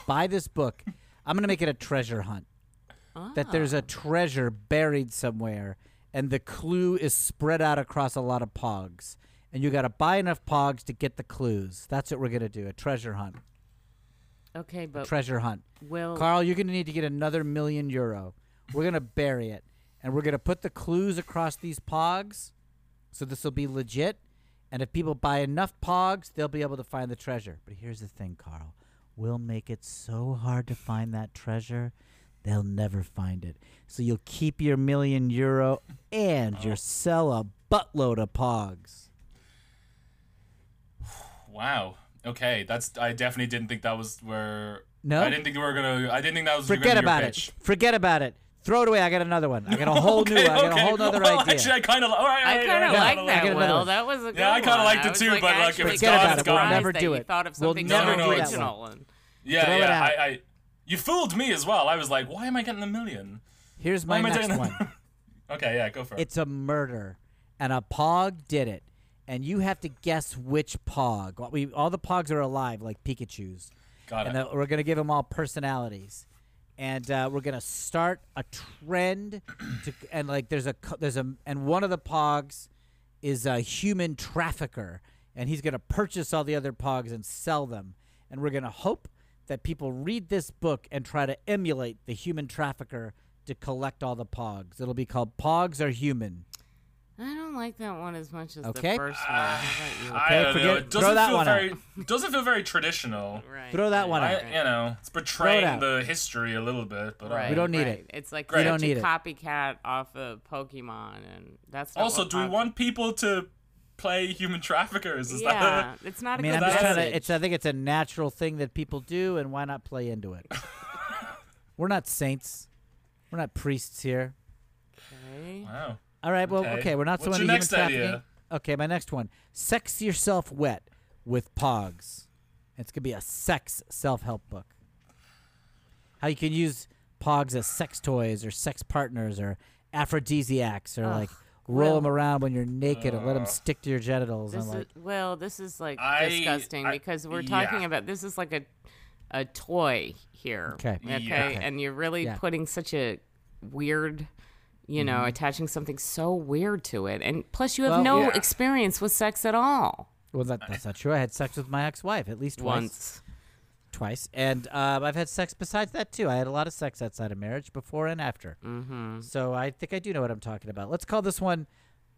S2: Buy this book. I'm gonna make it a treasure hunt. That there's a treasure buried somewhere, and the clue is spread out across a lot of pogs. And you gotta buy enough pogs to get the clues. That's what we're gonna do. A treasure hunt.
S3: Okay, but
S2: Treasure hunt.
S3: Will,
S2: Carl, you're gonna need to get another million euro. We're gonna bury it, and we're gonna put the clues across these pogs, so this will be legit. And if people buy enough pogs, they'll be able to find the treasure. But here's the thing, Carl. We'll make it so hard to find that treasure, they'll never find it. So you'll keep your million euro and you'll sell a buttload of pogs.
S4: Wow. Okay, that's. I definitely didn't think that was where.
S2: No?
S4: I didn't think we were gonna. I didn't think that was. gonna
S2: Forget
S4: be your
S2: about
S4: pitch.
S2: it. Forget about it. Throw it away. I got another one. I got a whole new.
S4: Okay,
S2: I got
S4: okay.
S2: a whole other
S4: well,
S2: idea.
S4: Actually, I kind of. All right,
S3: I
S4: all right,
S3: kind of
S4: all right,
S3: like
S4: all right.
S2: I
S3: that,
S2: get
S3: Will.
S2: another one.
S3: That was a good
S4: Yeah, I
S3: one.
S4: kinda liked it
S3: was,
S4: too, but, like, if
S3: actually
S4: it's Forget gone,
S2: about
S4: it's it. We'll gone.
S2: never
S3: surprised
S2: do
S3: that You
S2: it.
S3: thought of
S2: We'll
S3: something
S2: never
S3: so
S4: do it.
S3: original. And
S4: Yeah,
S2: Throw it
S4: yeah.
S2: out.
S4: I, I. You fooled me as well. I was like, why am I getting a million?
S2: Here's
S4: Why
S2: my
S4: am I
S2: next
S4: doing-
S2: one.
S4: Okay, yeah, go for it.
S2: It's a murder, and a pog did it. And you have to guess which pog. Well, We all the pogs are alive, like Pikachu's,
S4: Got it.
S2: and the- we're gonna give them all personalities, and uh, we're gonna start a trend. To, and like, there's a co- there's a and one of the pogs is a human trafficker, and he's gonna purchase all the other pogs and sell them. And we're gonna hope that people read this book and try to emulate the human trafficker to collect all the pogs. It'll be called Pogs Are Human.
S3: I don't like that one as much as
S2: Okay.
S3: the first one. How about
S4: Ah. I
S2: okay,
S4: don't know.
S2: forget-
S4: It
S2: throw
S4: doesn't
S2: that
S4: feel
S2: one out.
S4: very. it Doesn't feel very traditional.
S3: you? Right.
S2: Throw that one
S4: I,
S2: out.
S4: you know, it's betraying
S2: out.
S4: the history a little bit, but uh,
S3: Right,
S2: We don't need
S3: right.
S2: it.
S3: It's like
S4: Great.
S3: such
S4: We
S2: don't
S3: a
S2: need it.
S3: copycat off of Pokemon, and that's not
S4: also,
S3: what
S4: do we
S3: Pog-
S4: want people to play human traffickers. Is
S3: yeah,
S4: that
S3: it's
S2: I
S3: not a
S2: mean,
S3: good
S2: I'm just
S4: that's
S2: trying
S4: it.
S2: to. It's. I think it's a natural thing that people do, and why not play into it? We're not saints. We're not priests here.
S3: Okay.
S4: wow?
S2: All right. Well, okay.
S4: Okay.
S2: we're not so
S4: What's
S2: into human
S4: your next
S2: trafficking.
S4: idea?
S2: Okay, my next one: sex yourself wet with Pogs. It's gonna be a sex self-help book. How you can use Pogs as sex toys or sex partners or aphrodisiacs or like roll
S3: well-
S2: them around when you're naked and let
S4: Uh.
S2: them stick to your genitals.
S3: This
S2: and like,
S3: is, well, this is like
S4: I-
S3: disgusting
S4: I-
S3: because we're
S4: yeah.
S3: talking about this is like a a toy here.
S2: Okay.
S3: Okay.
S4: Yeah.
S3: And you're really
S2: Yeah. Mm-hmm.
S3: putting such a weird you know, attaching something so weird to it. And plus you have
S2: Well-
S3: no
S4: Yeah.
S3: experience with sex at all.
S2: well, that, that's not true. I had sex with my ex-wife at least twice.
S3: Once.
S2: twice, and uh, I've had sex besides that too. I had a lot of sex outside of marriage, before and after. Mm-hmm. So I think I do know what I'm talking about. Let's call this one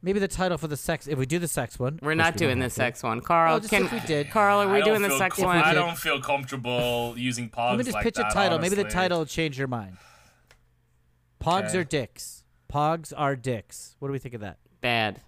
S2: maybe the title for the sex. If we do the sex one,
S3: We're
S2: which
S3: not
S2: we won't
S3: doing the
S2: have to.
S3: sex one. Carl,
S2: Well, just
S3: can
S2: if we did.
S3: Carl, are
S4: I
S3: we
S4: don't
S3: doing the
S4: feel
S3: sex
S4: com-
S3: one?
S4: I don't feel comfortable using pogs
S2: Let me just
S4: like
S2: pitch
S4: that,
S2: a title. Maybe the
S4: honestly.
S2: title will change your mind. Pogs
S4: Okay.
S2: are dicks. Pogs are dicks. What do we think of that?
S3: Bad.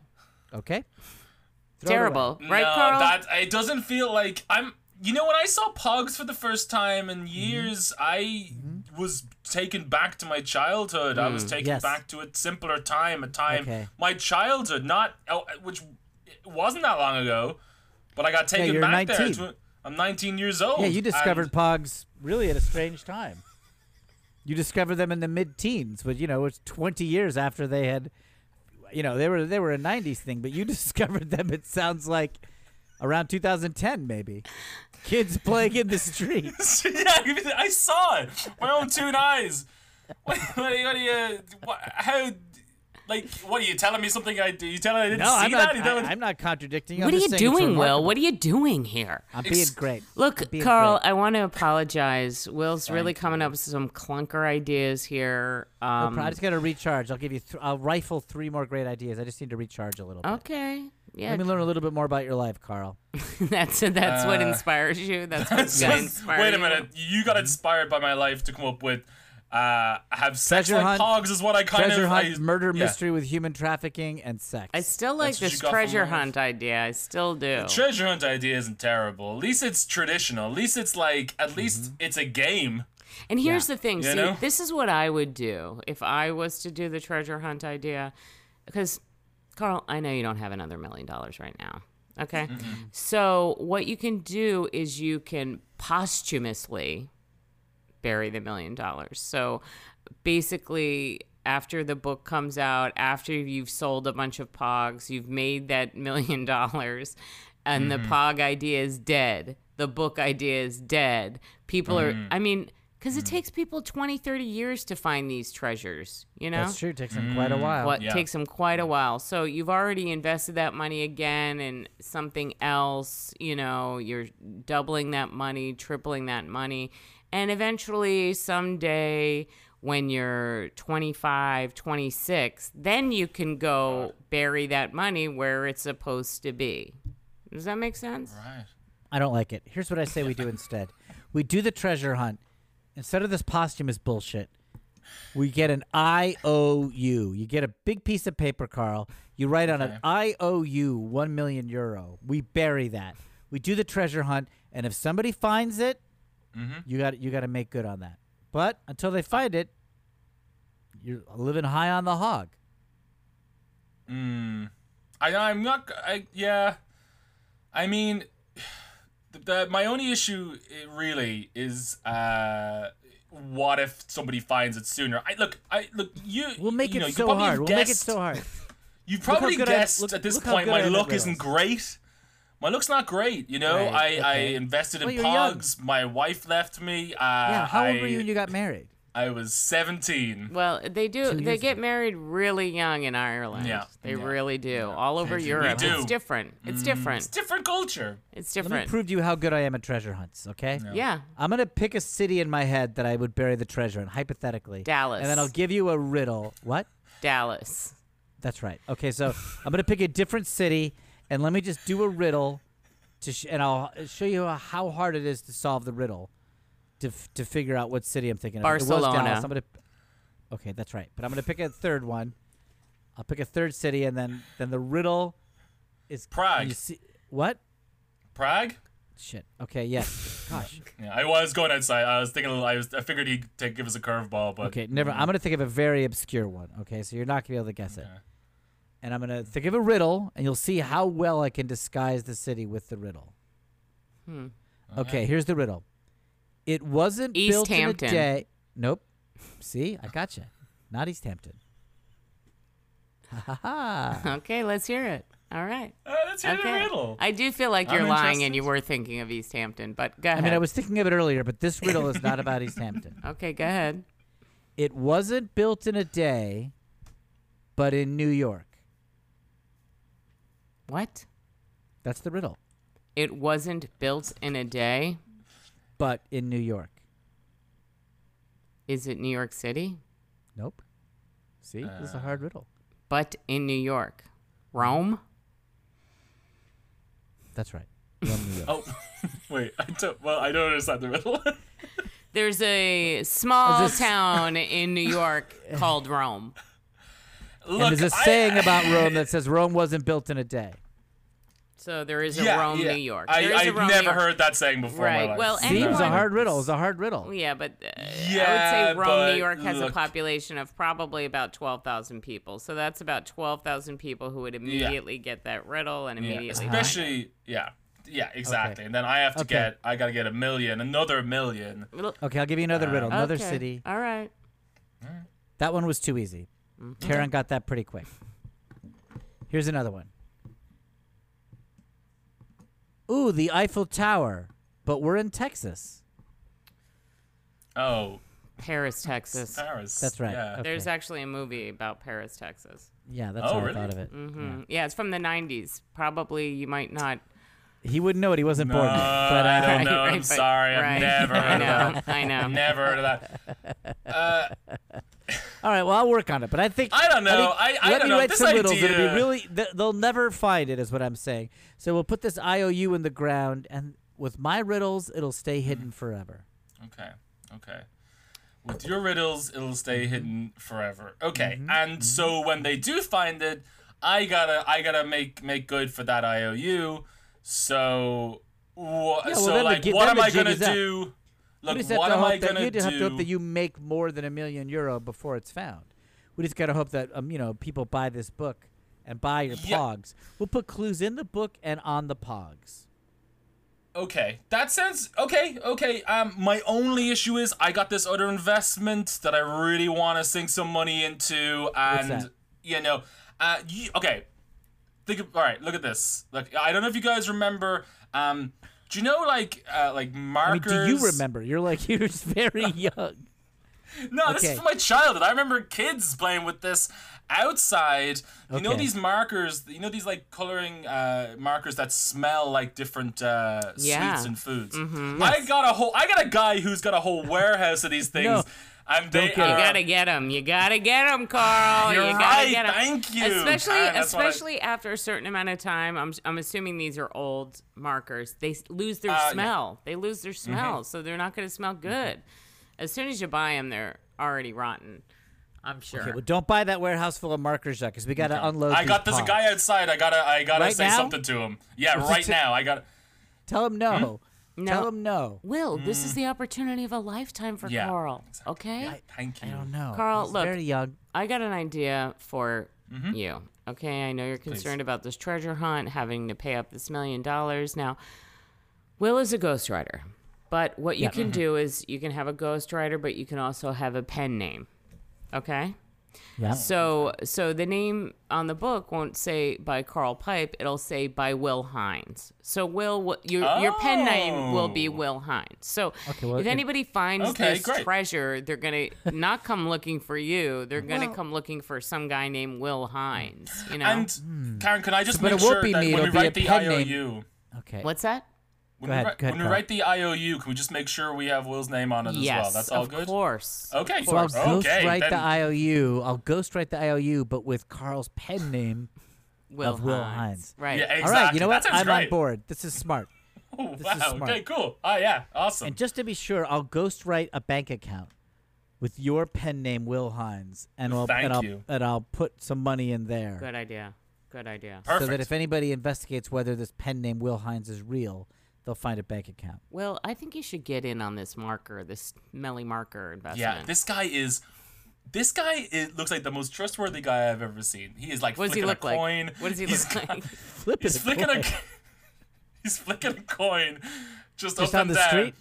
S2: Okay. Throw it away.
S3: Terrible. Right,
S4: no,
S3: Carl?
S4: that it doesn't feel like I'm. You know, when I saw Pogs for the first time
S2: Mm-hmm.
S4: in years, I was taken back to my childhood. I was taken
S2: Mm, Yes.
S4: back to a simpler time, a time
S2: Okay.
S4: my childhood, not oh, which wasn't that long ago, but I got taken
S2: you're
S4: back there.
S2: 19.
S4: To, I'm 19 years old.
S2: Yeah, you discovered
S4: and-
S2: Pogs really at a strange time. You discovered them in the mid-teens, but you know it's 20 years after they had, you know, they were they were a 90s thing, but you discovered them. It sounds like around 2010, maybe. Kids playing in the street.
S4: yeah, I saw it. My own two eyes. What, what, are you- what are you? What, how? Like, what are you telling me? Something I you telling I didn't
S2: No,
S4: see
S2: I'm not.
S4: that? You telling-
S2: I, am not contradicting. you.
S3: what
S2: I'm
S3: are
S2: just
S3: you
S2: saying it's
S3: doing, Will?
S2: remarkable.
S3: What are you doing here?
S2: I'm being
S4: Ex-
S2: great.
S3: Look,
S2: being
S3: Carl,
S2: great.
S3: I want to apologize. Will's really coming up with some clunker ideas here. Um,
S2: I'm just gonna recharge. I'll give you. Th- I'll rifle three more great ideas. I just need to recharge a little bit.
S3: okay. Oh, Yeah,
S2: Let me learn a little bit more about your life, Carl.
S3: that's that's what inspires you. That's what's
S4: So-
S3: going to inspire
S4: Uh, Wait a
S3: you.
S4: minute. You got inspired by my life to come up with uh have sex
S2: Treasure
S4: like
S2: hunt-
S4: pogs is what I kind
S2: Treasure
S4: of
S2: hunt,
S4: I-
S2: murder
S4: yeah.
S2: mystery with human trafficking, and sex.
S3: I still like
S4: That's what
S3: this
S4: you got from
S3: treasure
S4: Will's.
S3: hunt idea. I still do.
S4: Treasure hunt idea isn't terrible. At least it's traditional. At least it's like at least
S2: Mm-hmm.
S4: it's a game.
S3: And here's the thing.
S4: You
S3: See,
S4: know?
S3: this is what I would do if I was to do the treasure hunt idea. Because, Carl, I know you don't have another million dollars right now. Okay.
S4: Mm-hmm.
S3: So, what you can do is you can posthumously bury the million dollars. So, basically, after the book comes out, after you've sold a bunch of pogs, you've made that million dollars, and the pog idea is dead. The book idea is dead. People are, I mean, because it takes people 20, 30 years to find these treasures, you know?
S2: That's true. It takes them quite a while.
S3: What
S4: Yeah.
S3: takes them quite a while. So you've already invested that money again in something else. You know, you're doubling that money, tripling that money. And eventually, someday when you're 25, 26, then you can go bury that money where it's supposed to be. Does that make sense?
S4: Right.
S2: I don't like it. Here's what I say we do instead. We do the treasure hunt. Instead of this posthumous bullshit, we get an IOU. You get a big piece of paper, Carl. You write on an IOU 1 million euro. We bury that. We do the treasure hunt, and if somebody finds it, you got you got to make good on that. But until they find it, you're living high on the hog.
S4: I I'm not I yeah. I mean the, the my only issue eh, really is uh what if somebody finds it sooner? I look I look you
S2: We'll make
S4: you know,
S2: it
S4: you could
S2: so
S4: probably
S2: hard.
S4: have
S2: We'll make it
S4: guessed-
S2: so hard.
S4: You've
S2: how
S4: probably
S2: good I am-
S4: guessed
S2: look-
S4: at this
S2: look how
S4: point
S2: good I
S4: my
S2: am at
S4: luck isn't great. My luck's not great, you know.
S2: Right,
S4: I,
S2: okay.
S4: I invested in
S2: Well, you're young.
S4: pogs. My wife left me. Uh,
S2: Yeah, how
S4: I,
S2: old were you when you got married?
S4: I was 17.
S3: Well, they do.
S2: Two
S3: They
S2: years
S3: get
S2: ago.
S3: married really young in Ireland.
S4: Yeah,
S3: They
S4: yeah,
S3: really do. All over Europe.
S4: do. Mm.
S3: It's different. It's different.
S4: Different culture.
S3: It's
S2: Let me
S3: different.
S2: prove to you how good I am at treasure hunts, okay?
S3: yeah.
S2: I'm gonna pick a city in my head that I would bury the treasure in, hypothetically.
S3: Dallas.
S2: And then I'll give you a riddle. What?
S3: Dallas.
S2: That's right. Okay, so I'm gonna pick a different city, and let me just do a riddle, to sh- and I'll show you how hard it is to solve the riddle, to f- to figure out what city I'm thinking of. It was
S3: Barcelona.
S2: Dallas. I'm gonna. Okay, that's right. But I'm gonna pick a third one. I'll pick a third city, and then then the riddle is
S4: Prague.
S2: you see- what?
S4: Prague.
S2: Shit. Okay. Yeah. Gosh.
S4: Yeah, I was going outside. I was thinking. a little- I was. I figured he'd take, give us a curveball, but
S2: Okay. Never. I'm gonna think of a very obscure one. Okay. So you're not gonna be able to guess it. And I'm gonna think of a riddle, and you'll see how well I can disguise the city with the riddle. Hmm. Okay. Here's the riddle. It wasn't
S3: East
S2: built
S3: Hampton.
S2: in a day. Nope. See, I gotcha. Not East Hampton.
S3: Okay, let's hear it. All right.
S4: Uh, let's hear the
S3: Okay.
S4: Uh-huh. riddle.
S3: I do feel like
S4: I'm
S3: you're lying and
S4: interested.
S3: you were thinking of East Hampton, but go ahead.
S2: I mean, I was thinking of it earlier, but this riddle is not about East Hampton.
S3: Okay, go ahead.
S2: It wasn't built in a day, but in New York.
S3: What?
S2: That's the riddle.
S3: It wasn't built in a day.
S2: But in New York.
S3: Is it New York City?
S2: Nope. See, this is a hard riddle.
S3: But in New York. Rome?
S2: That's right. From New York.
S4: oh, wait. I don't, well, I don't understand the riddle.
S3: There's a small
S2: Is this-
S3: town in New York called Rome.
S4: Look,
S2: and there's a
S4: I-
S2: saying about Rome that says Rome wasn't built in a day.
S3: So there is a
S4: yeah,
S3: Rome,
S4: yeah.
S3: New York.
S4: I,
S3: There is a
S4: I've
S3: Rome, New
S4: never
S3: York.
S4: heard that saying before. in my
S3: Right,
S4: life.
S3: well,
S4: No.
S2: Seems
S3: anyone-
S2: a hard riddle. It's a hard riddle.
S3: Yeah, but uh, I
S4: Yeah,
S3: would say Rome,
S4: but
S3: New York has a
S4: look-
S3: population of probably about 12,000 people. So that's about 12,000 people who would immediately get that riddle and
S4: Yeah,
S3: immediately.
S4: especially yeah, yeah, exactly. And then I have to
S2: Okay.
S4: get. I gotta get a million, another million.
S3: Little-
S2: Okay, I'll give you another riddle. Another
S3: Okay.
S2: city.
S3: All right.
S2: That one was too easy.
S4: Mm-hmm.
S2: Karen got that pretty quick. Here's another one. Ooh, the Eiffel Tower. But we're in Texas.
S4: Oh,
S3: Paris, Texas.
S4: Paris.
S2: That's right.
S4: Yeah.
S2: Okay.
S3: There's actually a movie about Paris, Texas.
S2: Yeah, that's
S4: Oh,
S2: how I
S4: really?
S2: thought of it.
S3: Mm, Yeah, it's from the 90s. Probably you might not.
S2: He wouldn't know it. He wasn't
S4: Uh,
S2: born. yet, But
S4: I
S2: uh,
S4: don't know.
S3: Right,
S4: I'm
S3: but-
S4: sorry.
S3: right.
S4: I've never
S3: I
S4: heard of
S3: know. I
S4: that.
S3: know.
S4: Never heard of that.
S2: all right. Well, I'll work on it. But I think
S4: I don't know.
S2: think-
S4: I- I
S2: let
S4: don't
S2: me
S4: know.
S2: write
S4: This
S2: some riddles. It'll be
S4: idea-
S2: really. th- They'll never find it, is what I'm saying. So we'll put this IOU in the ground, and with my riddles, it'll stay hidden forever.
S4: Okay. Okay. With your riddles, it'll stay
S2: Mm-hmm.
S4: hidden forever. Okay. And so when they do find it, I gotta I gotta make make good for that IOU. So wha-
S2: well,
S4: so
S2: then the
S4: like
S2: gi-
S4: what
S2: then
S4: am
S2: the
S4: I
S2: jig
S4: gonna
S2: is up.
S4: do? Look,
S2: We just have
S4: what
S2: to
S4: am
S2: hope
S4: I
S2: that
S4: gonna
S2: you just have to hope that
S4: do?
S2: you make more than a million euro before it's found. We just gotta hope that um, you know people buy this book and buy your
S4: Yeah.
S2: pogs. We'll put clues in the book and on the pogs.
S4: Okay. That sounds okay, okay. Um my only issue is I got this other investment that I really wanna sink some money into and
S2: that?
S4: you know uh you, okay. think of, all right look at this look i don't know if you guys remember um do you know like uh like
S2: I mean,
S4: markers
S2: do you remember? You're like you're very young.
S4: no this
S2: Okay.
S4: is from my childhood i remember kids playing with this outside you know
S2: Okay.
S4: these markers you know these like coloring uh markers that smell like different uh
S3: Yeah.
S4: sweets and foods
S2: Mm-hmm.
S4: i got a whole i got a guy who's got a whole warehouse of these things
S2: No.
S4: and they
S2: Don't get it.
S3: You
S4: are-
S3: gotta get them. You gotta get them, Carl.
S4: Uh, You're
S3: you gotta
S4: right,
S3: get 'em.
S4: thank you.
S3: Especially,
S4: Ah, that's what I-
S3: especially after a certain amount of time. I'm, I'm assuming these are old markers. They s- lose their
S4: Uh, yeah. Mm-hmm.
S3: smell. They lose their smell, so they're not gonna smell good. As soon as you buy them, they're already rotten. I'm sure.
S2: Okay, well, don't buy that warehouse full of markers yet, because we got to unload.
S4: i
S2: these
S4: got this
S2: pods.
S4: guy outside i gotta i gotta
S2: Right
S4: say
S2: now?
S4: something to him yeah
S2: Was it
S4: right
S2: to-
S4: now i got
S2: Tell him no. Tell
S3: Hmm? No.
S2: him no.
S3: Will, this is the opportunity of a lifetime for
S4: Mm. Yeah,
S3: Carl. Okay.
S4: thank you
S2: I don't know.
S3: Carl,
S2: He's
S3: look.
S2: very young.
S3: I got an idea for you. Okay, I know you're concerned about this treasure hunt, having to pay up this million dollars. Now, Will is a ghostwriter, but what you
S2: Yeah.
S3: can do is you can have a ghostwriter, but you can also have a pen name. Okay?
S2: Yeah.
S3: So so the name on the book won't say by Carl Pipe, it'll say by Will Hines. So Will wh- your your pen name will be
S4: Oh.
S3: Will Hines. So
S2: well,
S3: if
S2: it-
S3: anybody finds
S4: Okay,
S3: this
S4: great.
S3: treasure, they're going to not come looking for you. They're going to
S2: Well-
S3: come looking for some guy named Will Hines, you know.
S4: And Karen, can I just
S2: Hmm. But
S4: make
S2: it won't
S4: sure
S2: be
S4: that
S2: me,
S4: when we
S2: it'll be
S4: write
S2: a
S4: the
S2: pen name.
S4: IOU,
S2: Okay.
S3: What's that?
S4: when,
S2: Go
S4: we,
S2: ahead,
S4: write,
S2: go ahead,
S4: when we
S2: Carl.
S4: write the IOU, can we just make sure we have Will's name on it
S3: yes.
S4: as well? That's all
S3: of
S4: good. Oh,
S3: course.
S4: Okay.
S2: So I'll
S4: okay.
S2: ghostwrite
S4: then-
S2: the IOU. I'll ghostwrite the IOU, but with Carl's pen name.
S3: Will,
S2: of Will Hines.
S3: Right.
S4: yeah, exactly.
S2: All right. You know
S4: That
S2: what?
S4: sounds
S2: I'm on
S4: great.
S2: board. This is smart.
S4: Oh,
S2: This is
S4: wow.
S2: smart.
S4: Okay. Cool. Oh yeah. Awesome.
S2: And just to be sure, I'll ghostwrite a bank account with your pen name, Will Hines, and I'll
S4: Thank
S2: and I'll,
S4: you.
S2: and I'll put some money in there.
S3: Good idea. Good idea.
S2: so that
S4: Perfect.
S2: if anybody investigates whether this pen name Will Hines is real, they'll find a bank account.
S3: Well, I think you should get in on this marker, this smelly marker investment.
S4: Yeah, this guy is. This guy is, looks like the most trustworthy guy I've ever seen. He is like
S3: What does he
S4: flicking
S3: look
S4: a
S3: like?
S4: coin.
S3: What does he
S4: He's
S3: look
S4: got-
S3: like?
S2: Flip
S4: He's
S2: it.
S4: flicking a. he's flicking a coin. Just,
S2: Just
S4: up
S2: on
S4: and
S2: the
S4: down.
S2: street?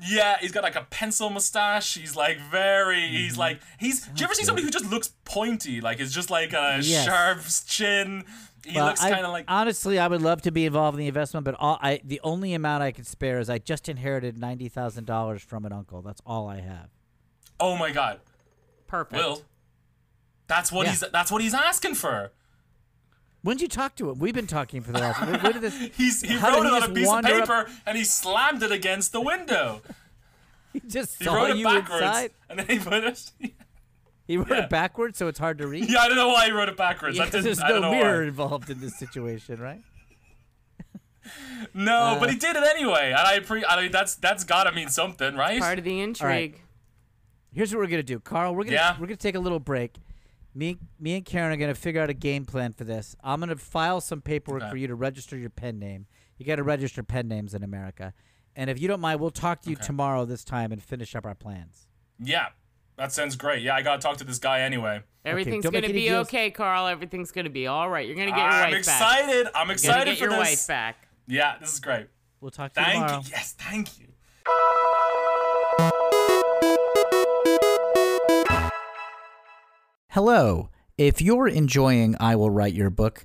S4: Yeah, he's got like a pencil mustache. He's like very. He's
S2: Mm-hmm.
S4: like he's. Do you ever see somebody who just looks pointy? Like it's just like a
S2: Yes.
S4: sharp chin. He
S2: Well,
S4: looks
S2: I-
S4: kind of like.
S2: honestly, I would love to be involved in the investment, but all I the only amount I could spare is I just inherited ninety thousand dollars from an uncle. That's all I have.
S4: oh my god,
S3: Perfect.
S4: Will. That's what
S2: Yeah.
S4: he's. That's what he's asking for.
S2: When did you talk to him? We've been talking for the last. where, where did this?
S4: He's he
S2: How did
S4: wrote
S2: he
S4: it on
S2: just
S4: a piece of
S2: wander up-
S4: paper and he slammed it against the window.
S2: He just
S4: He
S2: saw
S4: wrote it
S2: you
S4: backwards
S2: inside.
S4: and then he put it.
S2: He wrote
S4: Yeah.
S2: it backwards, so it's hard to read.
S4: Yeah, I don't know why he wrote it backwards. I
S2: Because
S4: didn't,
S2: there's
S4: I don't
S2: no
S4: know why.
S2: mirror involved in this situation, right?
S4: No,
S2: Uh.
S4: but he did it anyway, and I pre. I mean, that's that's gotta mean something, right?
S3: Part of the intrigue.
S2: Here's what we're gonna do, Carl. We're gonna
S4: Yeah.
S2: we're gonna take a little break. Me, me and Karen are gonna figure out a game plan for this. I'm gonna file some paperwork
S4: Okay.
S2: for you to register your pen name. You gotta register pen names in America. And if you don't mind, we'll talk to you tomorrow this time and finish up our plans.
S4: Yeah, that sounds great. Yeah, I gotta talk to this guy anyway.
S3: Everything's
S2: don't make
S3: gonna
S2: any
S3: be
S2: deals.
S3: okay, Carl. Everything's gonna be all right. You're gonna get your
S4: I'm
S3: wife back.
S4: excited. I'm
S3: You're gonna
S4: excited
S3: get
S4: for
S3: your
S4: this.
S3: wife back.
S4: Yeah, this is great.
S2: We'll talk to you
S4: Thank
S2: tomorrow.
S4: you. Yes, thank you.
S2: Hello. If you're enjoying I Will Write Your Book,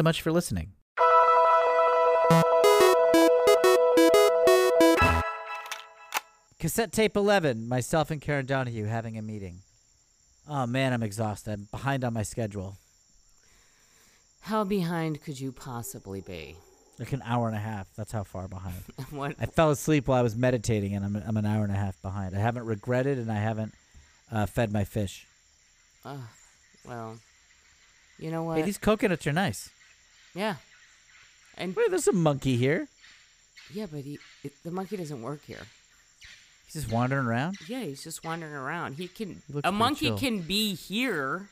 S2: much for listening. Cassette tape 11, myself and Karen Donahue having a meeting. Oh man, I'm exhausted. I'm behind on my schedule.
S3: How behind could you possibly be?
S2: Like an hour and a half. That's how far behind.
S3: What?
S2: I fell asleep while I was meditating, and I'm, I'm an hour and a half behind. I haven't regretted, and I haven't uh, fed my fish.
S3: ugh, well, you know what?
S2: Hey, these coconuts are nice.
S3: yeah. And
S2: Wait, there's a monkey here.
S3: yeah, but he, it, the monkey doesn't work here.
S2: He's just wandering around.
S3: Yeah, he's just wandering around. He can.
S2: He looks
S3: a
S2: pretty
S3: monkey
S2: chill.
S3: can be here.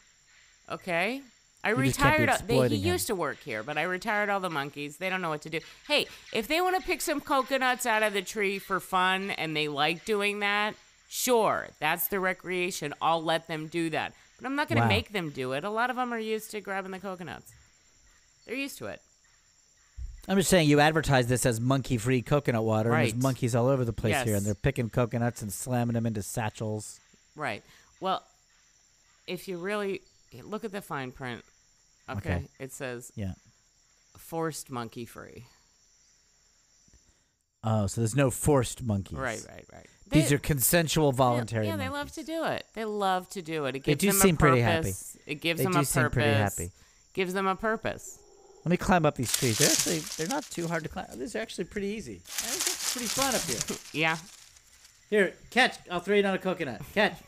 S3: Okay. I
S2: You just can't be
S3: retired. all- They, he
S2: exploiting him.
S3: used to work here, but I retired all the monkeys. They don't know what to do. Hey, if they want to pick some coconuts out of the tree for fun and they like doing that, sure, that's the recreation. I'll let them do that. But I'm not going to
S2: Wow.
S3: make them do it. A lot of them are used to grabbing the coconuts. They're used to it.
S2: I'm just saying, you advertise this as monkey-free coconut water, and
S3: Right.
S2: there's monkeys all over the place here,
S3: Yes.
S2: and they're picking coconuts and slamming them into satchels.
S3: Right. Well, if you really look at the fine print, okay.
S2: Okay.
S3: it says
S2: Yeah.
S3: forced monkey free.
S2: Oh, so there's no forced monkeys.
S3: Right, right, right.
S2: These
S3: They-
S2: are consensual, voluntary.
S3: Yeah, they love to do it. They love to do it. It
S2: They
S3: gives
S2: do
S3: them a
S2: seem pretty happy.
S3: purpose. It gives
S2: They
S3: them
S2: do
S3: a purpose.
S2: seem pretty happy.
S3: Gives them a purpose.
S2: monkeys. Let me climb up these trees. They're actually they're not too hard to climb. These are actually pretty easy. Yeah, This is pretty fun up here.
S3: Yeah.
S2: Here, catch. I'll throw you down a coconut. Catch.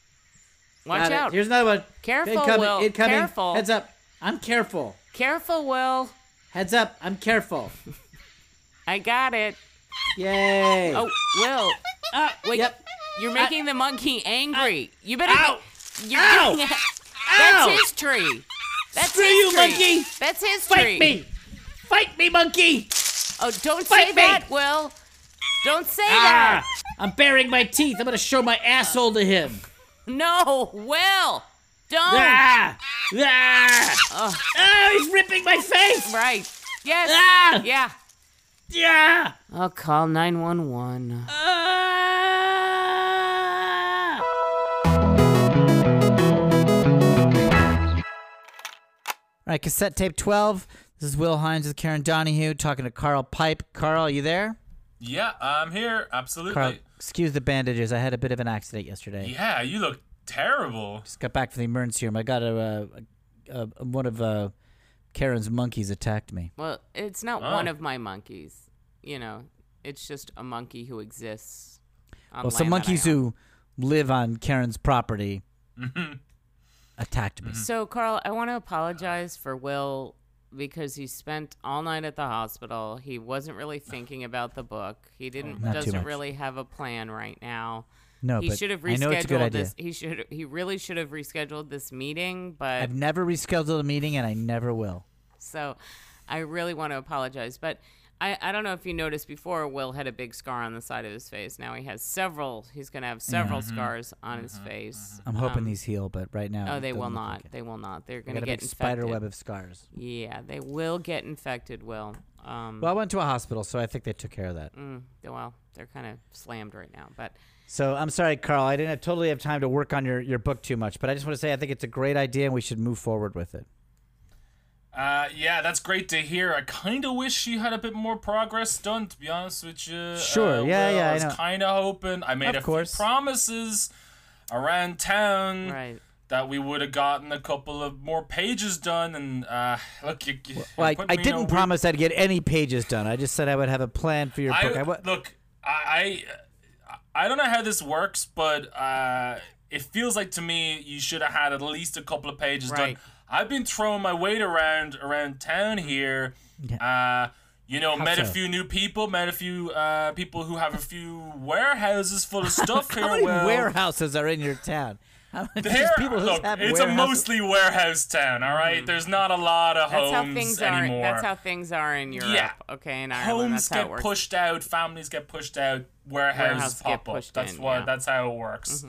S3: Watch
S2: Got it.
S3: out.
S2: Here's another one.
S3: Careful,
S2: incoming.
S3: Will.
S2: Incoming.
S3: Careful.
S2: Heads up. I'm careful.
S3: Careful, Will.
S2: Heads up. I'm careful.
S3: I got it.
S2: Yay.
S3: Oh, Will.
S2: Ah,
S3: Wait.
S2: Yep.
S3: You're making the monkey angry. you better.
S2: Ow.
S3: You're
S2: Ow.
S3: doing
S2: Ow.
S3: that. That's his tree. That's
S2: Screw
S3: his
S2: you,
S3: tree.
S2: monkey.
S3: That's his tree.
S2: Fight me. Fight me, monkey.
S3: Oh, don't
S2: Fight
S3: say
S2: me.
S3: that, Will. Don't say
S2: Ah.
S3: that.
S2: I'm baring my teeth. I'm going to show my asshole to him.
S3: No, Will. Don't.
S2: Ah. Ah.
S3: Oh. Ugh.
S2: Ah, he's ripping my face.
S3: Right. Yes.
S2: Ah.
S3: Yeah.
S2: Yeah.
S3: I'll call 911.
S2: Ah. All right, cassette tape 12. This is Will Hines with Karen Donahue talking to Carl Pipe. Carl, are you there?
S4: Yeah, I'm here. Absolutely.
S2: Carl, excuse the bandages. I had a bit of an accident yesterday.
S4: Yeah, you look terrible.
S2: Just got back from the emergency room. I got a, uh, a, a one of uh, Karen's monkeys attacked me.
S3: Well, it's not one of my monkeys. You know, it's just a monkey who exists. On
S2: Well, some
S3: land that I
S2: monkeys
S3: own.
S2: who live on Karen's property
S3: Mm-hmm.
S2: attacked me.
S3: So, Carl, I want to apologize for Will because he spent all night at the hospital. He wasn't really thinking about the book. He didn't
S2: Not too
S3: doesn't
S2: much.
S3: really have a plan right now.
S2: No,
S3: he
S2: but
S3: should have
S2: I know it's a good
S3: rescheduled
S2: idea.
S3: this. He should. He really should have rescheduled this meeting. But
S2: I've never rescheduled a meeting, and I never will.
S3: So I really want to apologize. But I, I don't know if you noticed before, Will had a big scar on the side of his face. Now he has several. He's going to have several scars on his face.
S2: I'm hoping
S3: Um,
S2: these heal, but right now,
S3: Oh,
S2: it
S3: they
S2: Mm-hmm. doesn't
S3: will
S2: look
S3: not.
S2: like it.
S3: They will not. They're
S2: I
S3: going
S2: got
S3: to
S2: a
S3: get
S2: big
S3: infected.
S2: spider web of scars.
S3: Yeah, they will get infected, Will. Um,
S2: Well, I went to a hospital, so I think they took care of that.
S3: mm, they- well, they're kind of slammed right now. But
S2: So I'm sorry, Carl. I didn't have, totally have time to work on your, your book too much, but I just want to say I think it's a great idea, and we should move forward with it.
S4: Uh, yeah, that's great to hear. I kind of wish she had a bit more progress done, to be honest with you.
S2: Sure,
S4: Uh,
S2: yeah,
S4: Will,
S2: yeah, I
S4: I was
S2: know.
S4: kind of hoping. I made
S2: Of
S4: a few
S2: course.
S4: promises around town
S3: right,
S4: that we would have gotten a couple of more pages done. And uh, look, you, you
S2: Well, I,
S4: put
S2: I
S4: me in a
S2: didn't
S4: weird-
S2: promise I'd get any pages done. I just said I would have a plan for your
S4: I,
S2: book. I, wa-
S4: look, I, I I don't know how this works, but uh, it feels like to me you should have had at least a couple of pages
S3: Right.
S4: done. I've been throwing my weight around around town here. Uh, you know, met a
S2: so?
S4: few new people, met a few uh, people who have a few warehouses full of stuff here.
S2: how many
S4: well,
S2: warehouses are in your town? How many
S4: there-
S2: just people who
S4: look,
S2: have
S4: it's a
S2: warehouses? Hmm.
S4: mostly warehouse town. All right? there's not a lot of
S3: that's
S4: homes
S3: how things
S4: anymore.
S3: are. That's how things are in Europe.
S4: Yeah.
S3: Okay, in Ireland, that's
S4: homes
S3: how
S4: get
S3: it works.
S4: pushed out, families get pushed out, warehouses
S3: Warehouses get
S4: pop up.
S3: pushed
S4: That's
S3: in,
S4: what.
S3: yeah. Mm-hmm.
S4: That's how it works.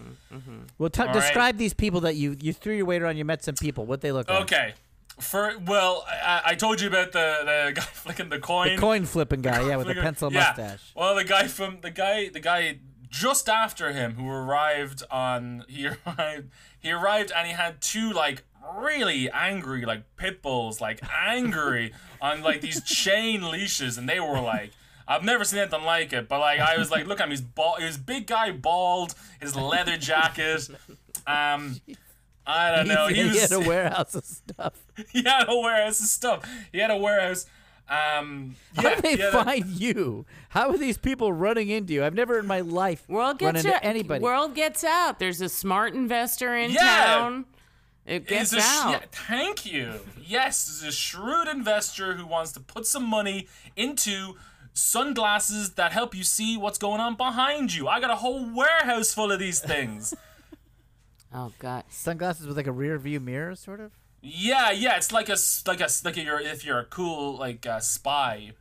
S2: Well, t-
S4: right.
S2: describe these people that you you threw your weight around. You met some people. What they look like?
S4: Okay. For well, I, I told you about the, the guy flicking the coin.
S2: The coin flipping guy, yeah, with a
S4: Flicker-
S2: pencil
S4: yeah.
S2: mustache.
S4: Well, the guy from the guy the guy just after him who arrived on he arrived he arrived and he had two like really angry like pit bulls like angry on like these chain leashes and they were like I've never seen anything like it but like I was like look at him he's bald he was a big guy bald his leather jacket um I don't know
S2: he,
S4: he was
S2: had a warehouse of stuff.
S4: he had a warehouse of stuff he had a warehouse um
S2: How
S4: yeah,
S2: did they
S4: yeah, that-
S2: find you? How are these people running into you? I've never in my life
S3: World
S2: run
S3: gets
S2: into
S3: out.
S2: anybody.
S3: World gets out. There's a smart investor in
S4: Yeah.
S3: town. It gets
S4: is a sh-
S3: out.
S4: yeah, thank you. Yes, is a shrewd investor who wants to put some money into sunglasses that help you see what's going on behind you. I got a whole warehouse full of these things.
S3: Oh God.
S2: Sunglasses with like a rear view mirror, sort of.
S4: yeah, yeah, it's like a s- like a s- like a, you're, if you're a cool like uh, spy.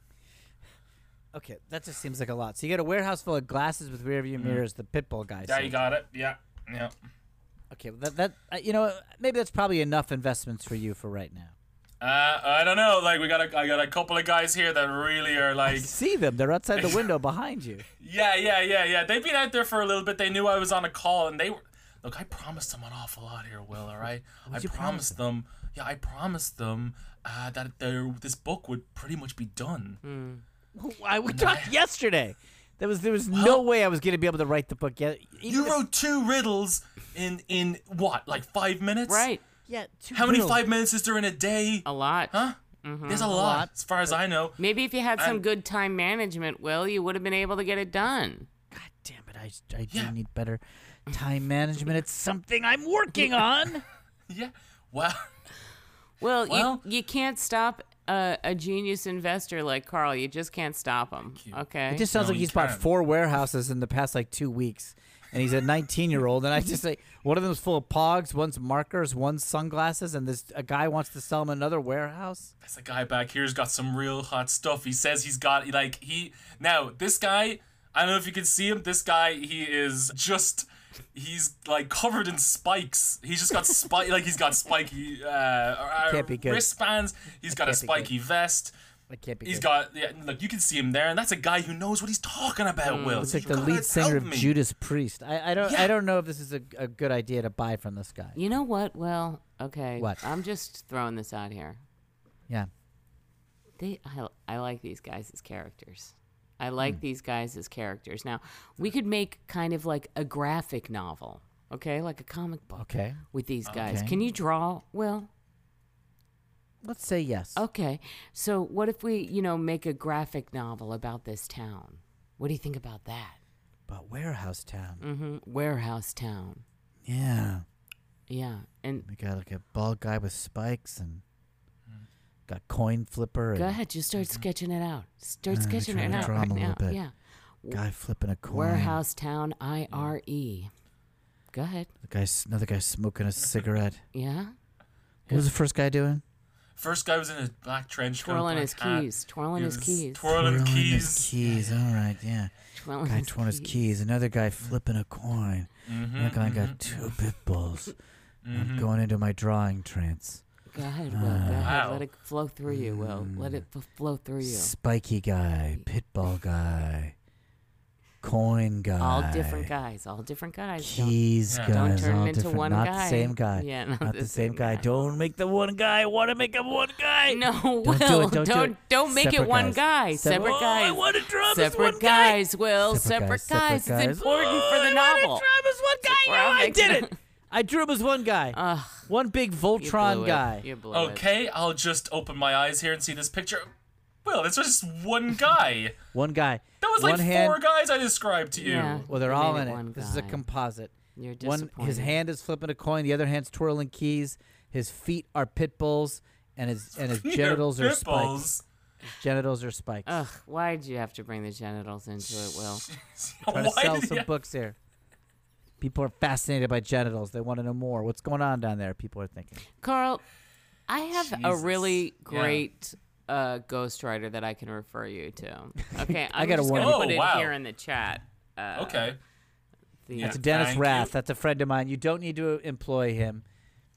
S2: Okay, that just seems like a lot. So you got a warehouse full of glasses with rear view mirrors. The pit bull guy.
S4: Yeah,
S2: said.
S4: you got it. Yeah. Yeah.
S2: Okay, well, that that uh, you know maybe that's probably enough investments for you for right now.
S4: Uh, I don't know. Like we got a, I got a couple of guys here that really are like
S2: See them? They're outside the window behind you.
S4: Yeah, yeah, yeah, yeah. They've been out there for a little bit. They knew I was on a call, and they were. Look, I promised them an awful lot here, Will. All right, I
S2: you promise
S4: promised them. Yeah, I promised them uh, that their this book would pretty much be done.
S2: Mm. Why we talked yesterday? There was there was no way I was going to be able to write the book yet. Even
S4: You
S2: if-
S4: wrote two riddles in in what, like five minutes?
S3: Right.
S2: yeah, two
S4: How many
S2: riddles. Mm-hmm.
S4: five minutes is there in a day?
S3: A lot.
S4: Huh? There's a lot,
S2: lot.
S4: as far as I know.
S3: Maybe if you had some
S4: I'm-
S3: good time management, Will, you would have been able to get it done.
S2: God damn it! I, I do
S4: Yeah.
S2: need better time management. It's something I'm working on.
S4: Yeah. Well,
S3: Well,
S4: Well-
S3: you, you can't stop a, a genius investor like Carl. You just can't stop him. Okay.
S2: It just sounds
S4: No,
S2: like
S4: you
S2: he's bought
S4: can.
S2: four warehouses in the past like two weeks, and he's a 19 year old. And I just say one of them's full of pogs, one's markers, one's sunglasses, and this a guy wants to sell him another warehouse.
S4: This guy back here's got some real hot stuff. He says he's got like he now this guy. I don't know if you can see him. This guy he is just he's like covered in spikes. He's just got spike like he's got spiky uh, uh,
S2: Can't be good.
S4: wristbands. He's got a
S2: can't be good.
S4: spiky vest.
S2: That can't be.
S4: He's
S2: good.
S4: got yeah, look. You can see him there, and that's a guy who knows what he's talking about.
S3: Mm.
S4: Will
S2: It's like the lead singer of Judas Priest. I, I don't I
S4: Yeah.
S2: don't know if this is a, a good idea to buy from this guy.
S3: you know what, Will? Okay.
S2: What?
S3: I'm just throwing this out here.
S2: Yeah.
S3: They, I, I like these guys as characters. I like these guys as characters. Now, we could make kind of like a graphic novel, okay? Like a comic book
S2: Okay.
S3: with these guys.
S2: Okay.
S3: Can you draw, Will?
S2: Let's say yes.
S3: Okay. So what if we, you know, make a graphic novel about this town? What do you think about that?
S2: But warehouse town.
S3: hmm Warehouse town.
S2: Yeah.
S3: Yeah. And
S2: We got like a bald guy with spikes and got coin flipper and
S3: Mm. go ahead, just start sketching it out. Start
S2: I'm
S3: sketching
S2: trying
S3: it
S2: to
S3: out
S2: draw 'em
S3: right
S2: a little
S3: now.
S2: bit.
S3: Yeah.
S2: guy flipping a coin.
S3: Warehouse town I R E. Go ahead.
S2: The guy, another guy smoking a cigarette.
S3: Yeah.
S2: What was the first guy doing?
S4: First guy was in his black trench coat,
S3: Twirling
S4: black
S3: his
S4: hat.
S3: keys. Twirling
S4: He
S3: his
S4: was
S3: keys.
S4: Twirling,
S2: Twirling
S4: keys.
S2: His keys. All right, yeah.
S3: Twirling
S2: Guy twirling his keys. Another guy flipping a coin.
S4: Mm-hmm,
S2: Look, I got two pit bulls. I'm going into my drawing trance.
S3: Go ahead, Will. Go ahead.
S2: Uh,
S4: Wow.
S3: Let it flow through you, Will. Let it
S2: mm.
S3: f- flow through you.
S2: Spiky guy, pit bull guy, coin guy.
S3: All different guys. All different guys. Don't-
S2: Keys
S4: Yeah.
S2: guys.
S3: Don't turn
S2: all
S3: him into
S2: different.
S3: one
S2: not
S3: guy.
S2: the same guy.
S3: Yeah,
S2: not, the, same, guy. Don't make the one guy. I want to make him one guy.
S3: No,
S2: do
S3: Will,
S2: it,
S3: don't
S2: don't do
S3: don't,
S2: it.
S3: make
S2: Separate
S3: it one
S2: guys.
S3: guy.
S2: Sep-
S3: Separate
S2: Oh, I
S3: guys.
S2: wanna drum as
S3: separate
S2: one guy.
S3: guys, Will. Separate, guys. It's important for the novel.
S2: one guy.
S3: We're all
S2: Yeah, I
S3: mixed
S2: did
S3: up.
S2: it. I drew him as one guy.
S3: Ugh,
S2: one big
S3: Uh, you
S2: Voltron
S3: blew it.
S2: guy.
S3: You blew it.
S4: Okay, I'll just open my eyes here and see this picture. Well, it's just one guy.
S2: One guy.
S4: That was
S2: one
S4: like
S2: hand,
S4: four guys I described to you.
S3: Yeah.
S2: Well, they're
S3: You
S2: all
S3: made
S2: in
S3: it
S2: it.
S3: one
S2: This is a
S3: guy.
S2: composite.
S3: You're
S2: One, his
S3: disappointed.
S2: hand is flipping a coin. The other hand's twirling keys. His feet are pit bulls, and his and his
S4: Your
S2: genitals are spikes.
S4: nipples.
S2: Genitals are spikes.
S3: Ugh, why'd you have to bring the genitals into it, Will?
S2: Trying to
S4: Why
S2: sell
S4: did
S2: some
S4: you-
S2: books here. People are fascinated by genitals. They want to know more. What's going on down there? People are thinking.
S3: Carl, I have a
S4: Jesus.
S3: really
S4: Yeah.
S3: great uh, ghostwriter that I can refer you to. Okay,
S2: I
S3: I'm
S2: got a
S3: just gonna
S4: warning.
S3: put
S4: Oh,
S3: it
S4: wow.
S3: here in the chat. Uh,
S4: Okay.
S3: the-
S4: Yeah.
S2: It's Dennis
S4: Thank
S2: Rath.
S4: you.
S2: That's a friend of mine. You don't need to employ him.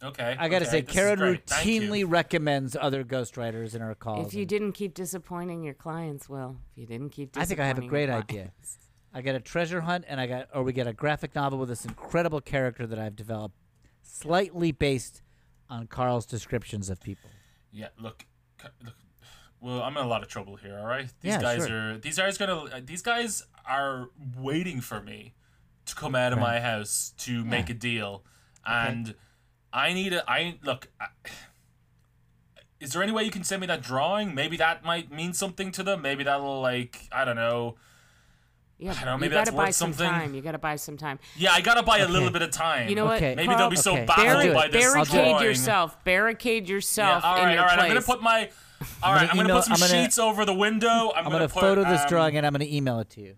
S4: Okay.
S2: I got to
S4: okay,
S2: say,
S4: this is
S2: Karen
S4: great. Thank you.
S2: routinely recommends other ghostwriters in her calls.
S3: If you
S2: and
S3: didn't keep disappointing your clients, Will, if you didn't keep
S2: I think I have a
S3: disappointing
S2: great
S3: your
S2: idea. I got a treasure hunt, and I got, or we got a graphic novel with this incredible character that I've developed, slightly based on Carl's descriptions of people.
S4: Yeah, look, c- look. Well, I'm in a lot of trouble here. All right, these
S2: Yeah,
S4: guys
S2: sure.
S4: are these guys gonna uh, these guys are waiting for me to come out of my house to make a deal, and I need a I look. I, is there any way you can send me that drawing? Maybe that might mean something to them. Maybe that'll like I don't know.
S3: Yeah,
S4: don't know,
S3: you
S4: maybe
S3: gotta
S4: that's
S3: buy
S4: worth
S3: some
S4: something.
S3: time. You gotta buy some time.
S4: Yeah, I gotta buy a little
S2: Okay.
S4: bit of time.
S3: You know what?
S2: Okay.
S4: Maybe they'll
S2: Carl,
S4: be so
S2: okay. I'll do
S4: baffled
S2: it.
S4: by this
S3: barricade
S4: drawing.
S3: yourself. Barricade yourself
S4: all right,
S3: in your
S4: all right.
S3: place.
S4: I'm gonna put my. All right, I'm gonna
S2: email-
S4: put some
S2: I'm gonna-
S4: sheets over the window. I'm,
S2: I'm going to
S4: put,
S2: photo this
S4: um,
S2: drawing, and I'm going to email it to you.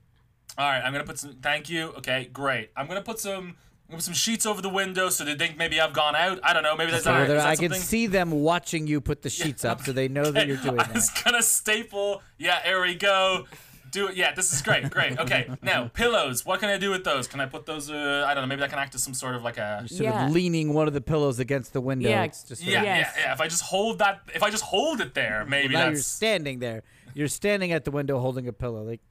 S4: All right, I'm gonna put some. Thank you. Okay, great. I'm gonna put some. I'm gonna put some sheets over the window so they think maybe I've gone out. I don't know. Maybe that's
S2: So
S4: all right.
S2: whether
S4: Is that
S2: I
S4: something?
S2: can see them watching you put the sheets up, so they know that you're doing
S4: I was
S2: that.
S4: gonna staple. Yeah, there we go. Do it. Yeah, this is great. Great. Okay, now pillows. What can I do with those? Can I put those? Uh, I don't know. Maybe that can act as some sort of like a.
S2: Sort
S3: Yeah.
S2: of leaning one of the pillows against the window.
S3: Yeah.
S2: It's just sort
S4: Yeah,
S2: of-
S3: Yes.
S4: yeah, yeah. If I just hold that, if I just hold it there, maybe
S2: now you're
S4: that's.
S2: standing there. You're standing at the window holding a pillow. Like,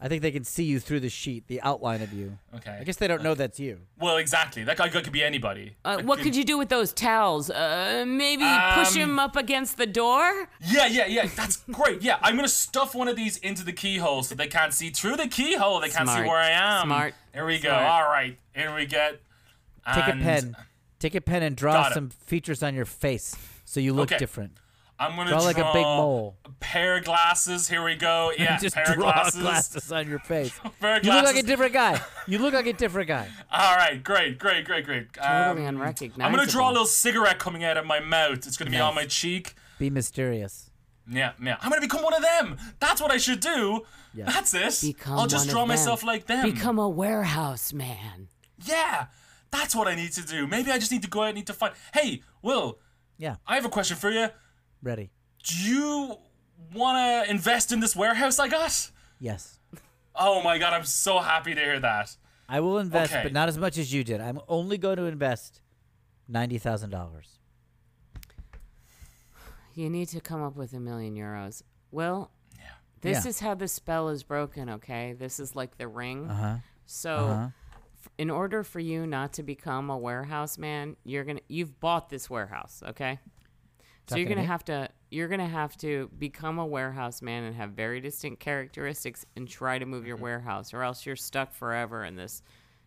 S2: I think they can see you through the sheet, the outline of you.
S4: Okay.
S2: I guess they don't know that's you.
S4: Well, exactly. That guy could be anybody.
S3: Uh, what could you do with those towels? Uh, maybe
S4: Um,
S3: push him up against the door.
S4: Yeah, yeah, yeah. That's great. Yeah, I'm gonna stuff one of these into the keyhole so they can't see through the keyhole. They can't
S3: Smart.
S4: see where I am.
S3: Smart.
S4: There we go.
S3: Smart.
S4: All right. Here we get.
S2: Take
S4: and
S2: a pen. Take a pen and draw
S4: Got it.
S2: some features on your face so you look
S4: Okay.
S2: different.
S4: I'm gonna
S2: Draw like a big mole.
S4: a pair of glasses. Here we go. Yeah,
S2: Just
S4: pair of
S2: draw
S4: glasses.
S2: on your face.
S4: Pair of
S2: You look like a
S4: glasses.
S2: different guy. You look like a different guy.
S4: All right. Great. Great. Great. Great.
S3: Totally
S4: Um,
S3: unrecognizable.
S4: I'm gonna draw a little cigarette coming out of my mouth. It's gonna be on my cheek.
S2: Be mysterious.
S4: Yeah, yeah. I'm gonna become one of them. That's what I should do.
S2: Yeah.
S4: That's it.
S3: Become
S4: I'll just
S3: one of
S4: draw
S3: them.
S4: myself like them.
S3: Become a warehouse man.
S4: Yeah, that's what I need to do. Maybe I just need to go out and need to find. Hey, Will,
S2: Yeah.
S4: I have a question for you.
S2: Ready.
S4: Do you want to invest in this warehouse I got?
S2: Yes.
S4: Oh my god, I'm so happy to hear that.
S2: I will invest,
S4: Okay.
S2: but not as much as you did. I'm only going to invest ninety thousand dollars.
S3: You need to come up with a million euros. Well, this
S2: Yeah.
S3: is how the spell is broken, okay? This is like the ring.
S2: huh.
S3: So,
S2: Uh-huh.
S3: f- in order for you not to become a warehouse man, you're going to you've bought this warehouse, okay? so
S2: Talking
S3: you're
S2: to
S3: going
S2: me?
S3: to have to you're going to have to become a warehouse man and have
S2: Mm-hmm.
S3: very distinct characteristics and try to move your warehouse or else you're stuck forever in this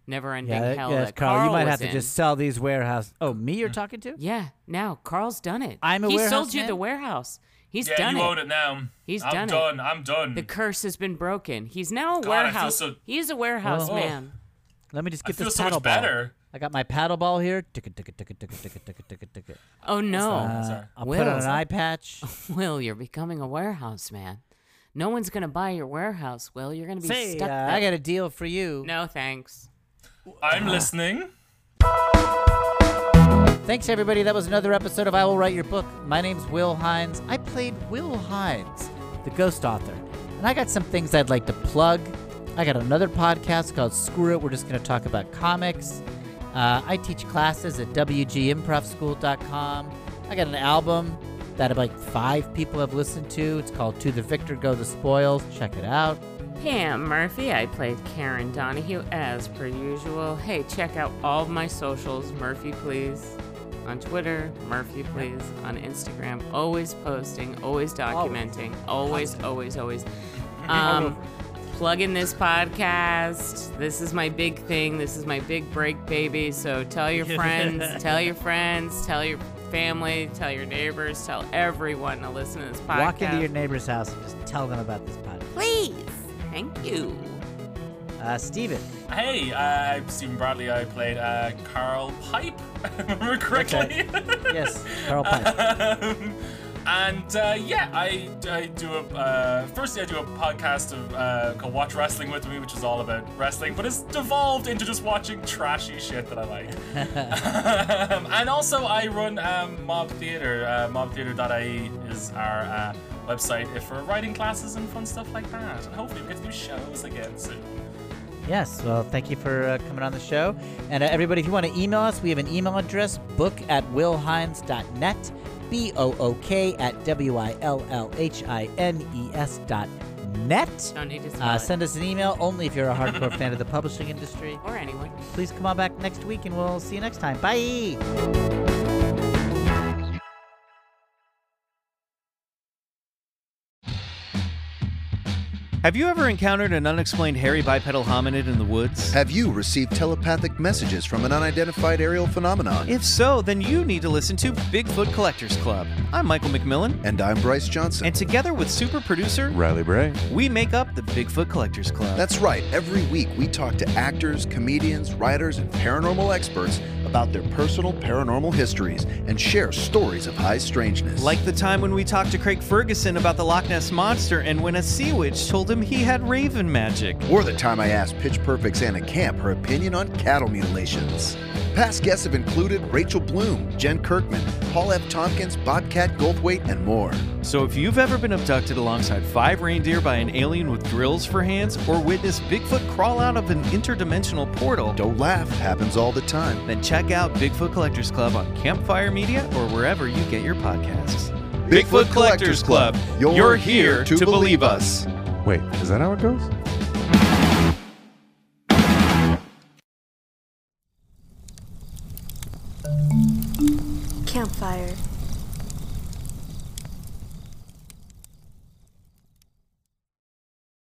S3: never ending
S2: Yeah,
S3: hell.
S2: yeah,
S3: that
S2: Carl, you might
S3: was
S2: have to
S3: in.
S2: just sell these warehouse. Oh, me
S4: Mm-hmm.
S2: you're talking to?
S3: Yeah, now Carl's done it.
S2: I'm a
S3: he
S2: warehouse
S3: sold you
S2: man?
S3: the warehouse. He's
S4: Yeah,
S3: done
S4: you
S3: it.
S4: own it now.
S3: He's
S4: I'm
S3: done it.
S4: done. I'm done.
S3: The curse has been broken. He's now a
S4: God, I feel
S3: warehouse.
S4: so-
S3: He is a warehouse
S4: Oh.
S3: man.
S2: Let me just
S4: I
S2: get
S4: feel
S2: this
S4: so much
S2: paddle ball.
S4: better.
S2: I got my paddle ball here. Ticka, ticka, ticka, ticka, ticka, ticka, ticka, ticka.
S3: Oh no,
S4: Sorry.
S2: I'll put on
S3: Will's-
S2: an eye patch.
S3: Will, you're becoming a warehouse man. No one's gonna buy your warehouse, Will. You're gonna be
S2: Say,
S3: stuck.
S2: uh,
S3: there.
S2: I got a deal for you.
S3: No thanks.
S4: I'm listening.
S2: Thanks, everybody. That was another episode of I Will Write Your Book. My name's Will Hines. I played Will Hines, the ghost author. And I got some things I'd like to plug. I got another podcast called Screw It. We're just going to talk about comics. Uh, I teach classes at WGImprovSchool.com. I got an album that uh, like five people have listened to. It's called To the Victor Go the Spoils. Check it out.
S3: Pam Murphy, I played Karen Donahue as per usual. Hey, check out all of my socials, Murphy Please. On Twitter, Murphy Please. On Instagram, always posting, always documenting, always, always, always. Um, plug in this podcast. This is my big thing. This is my big break, baby. So tell your friends, tell your friends, tell your family, tell your neighbors, tell everyone to listen to this podcast.
S2: Walk into your neighbor's house and just tell them about this podcast.
S3: Please. Thank you.
S2: Uh, Steven.
S4: Hey, uh, I'm Stephen Bradley. I played uh, Carl Pipe, if I remember correctly.
S2: Yes, Carl Pipe.
S4: Um, and uh, yeah, I, I do a uh, firstly I do a podcast of uh, called Watch Wrestling with Me, which is all about wrestling, but it's devolved into just watching trashy shit that I like. um, and also I run um, Mob Theater. Uh, MobTheater.ie is our uh, website if for writing classes and fun stuff like that. And hopefully we get to do shows again soon.
S2: Yes, well, thank you for uh, coming on the show. And uh, everybody, if you want to email us, we have an email address book at willhines.net, B O O K at W I L L H I N E S dot net.
S3: Don't need to spell
S2: Uh,
S3: it.
S2: send us an email only if you're a hardcore fan of the publishing industry.
S3: or anyone.
S2: Please come on back next week and we'll see you next time. Bye.
S5: Have you ever encountered an unexplained hairy bipedal hominid in the woods?
S6: Have you received telepathic messages from an unidentified aerial phenomenon?
S5: If so, then you need to listen to Bigfoot Collectors Club. I'm Michael McMillan,
S6: And I'm Bryce Johnson.
S5: and together with super producer,
S6: Riley Bray.
S5: we make up the Bigfoot Collectors Club.
S6: That's right. Every week we talk to actors, comedians, writers, and paranormal experts about their personal paranormal histories and share stories of high strangeness.
S5: like the time when we talked to Craig Ferguson about the Loch Ness Monster and when a sea witch told him he had raven magic.
S6: or the time I asked Pitch Perfect's Anna Camp her opinion on cattle mutilations. Past guests have included Rachel Bloom, Jen Kirkman, Paul F. Tompkins, Bobcat Goldthwait, and more.
S5: So if you've ever been abducted alongside five reindeer by an alien with drills for hands or witnessed Bigfoot crawl out of an interdimensional portal,
S6: Don't laugh, happens all the time.
S5: then check out Bigfoot Collectors Club on Campfire Media or wherever you get your podcasts.
S6: Bigfoot Collectors Club. You're here to believe us.
S7: Wait, is that how it goes?
S8: Campfire.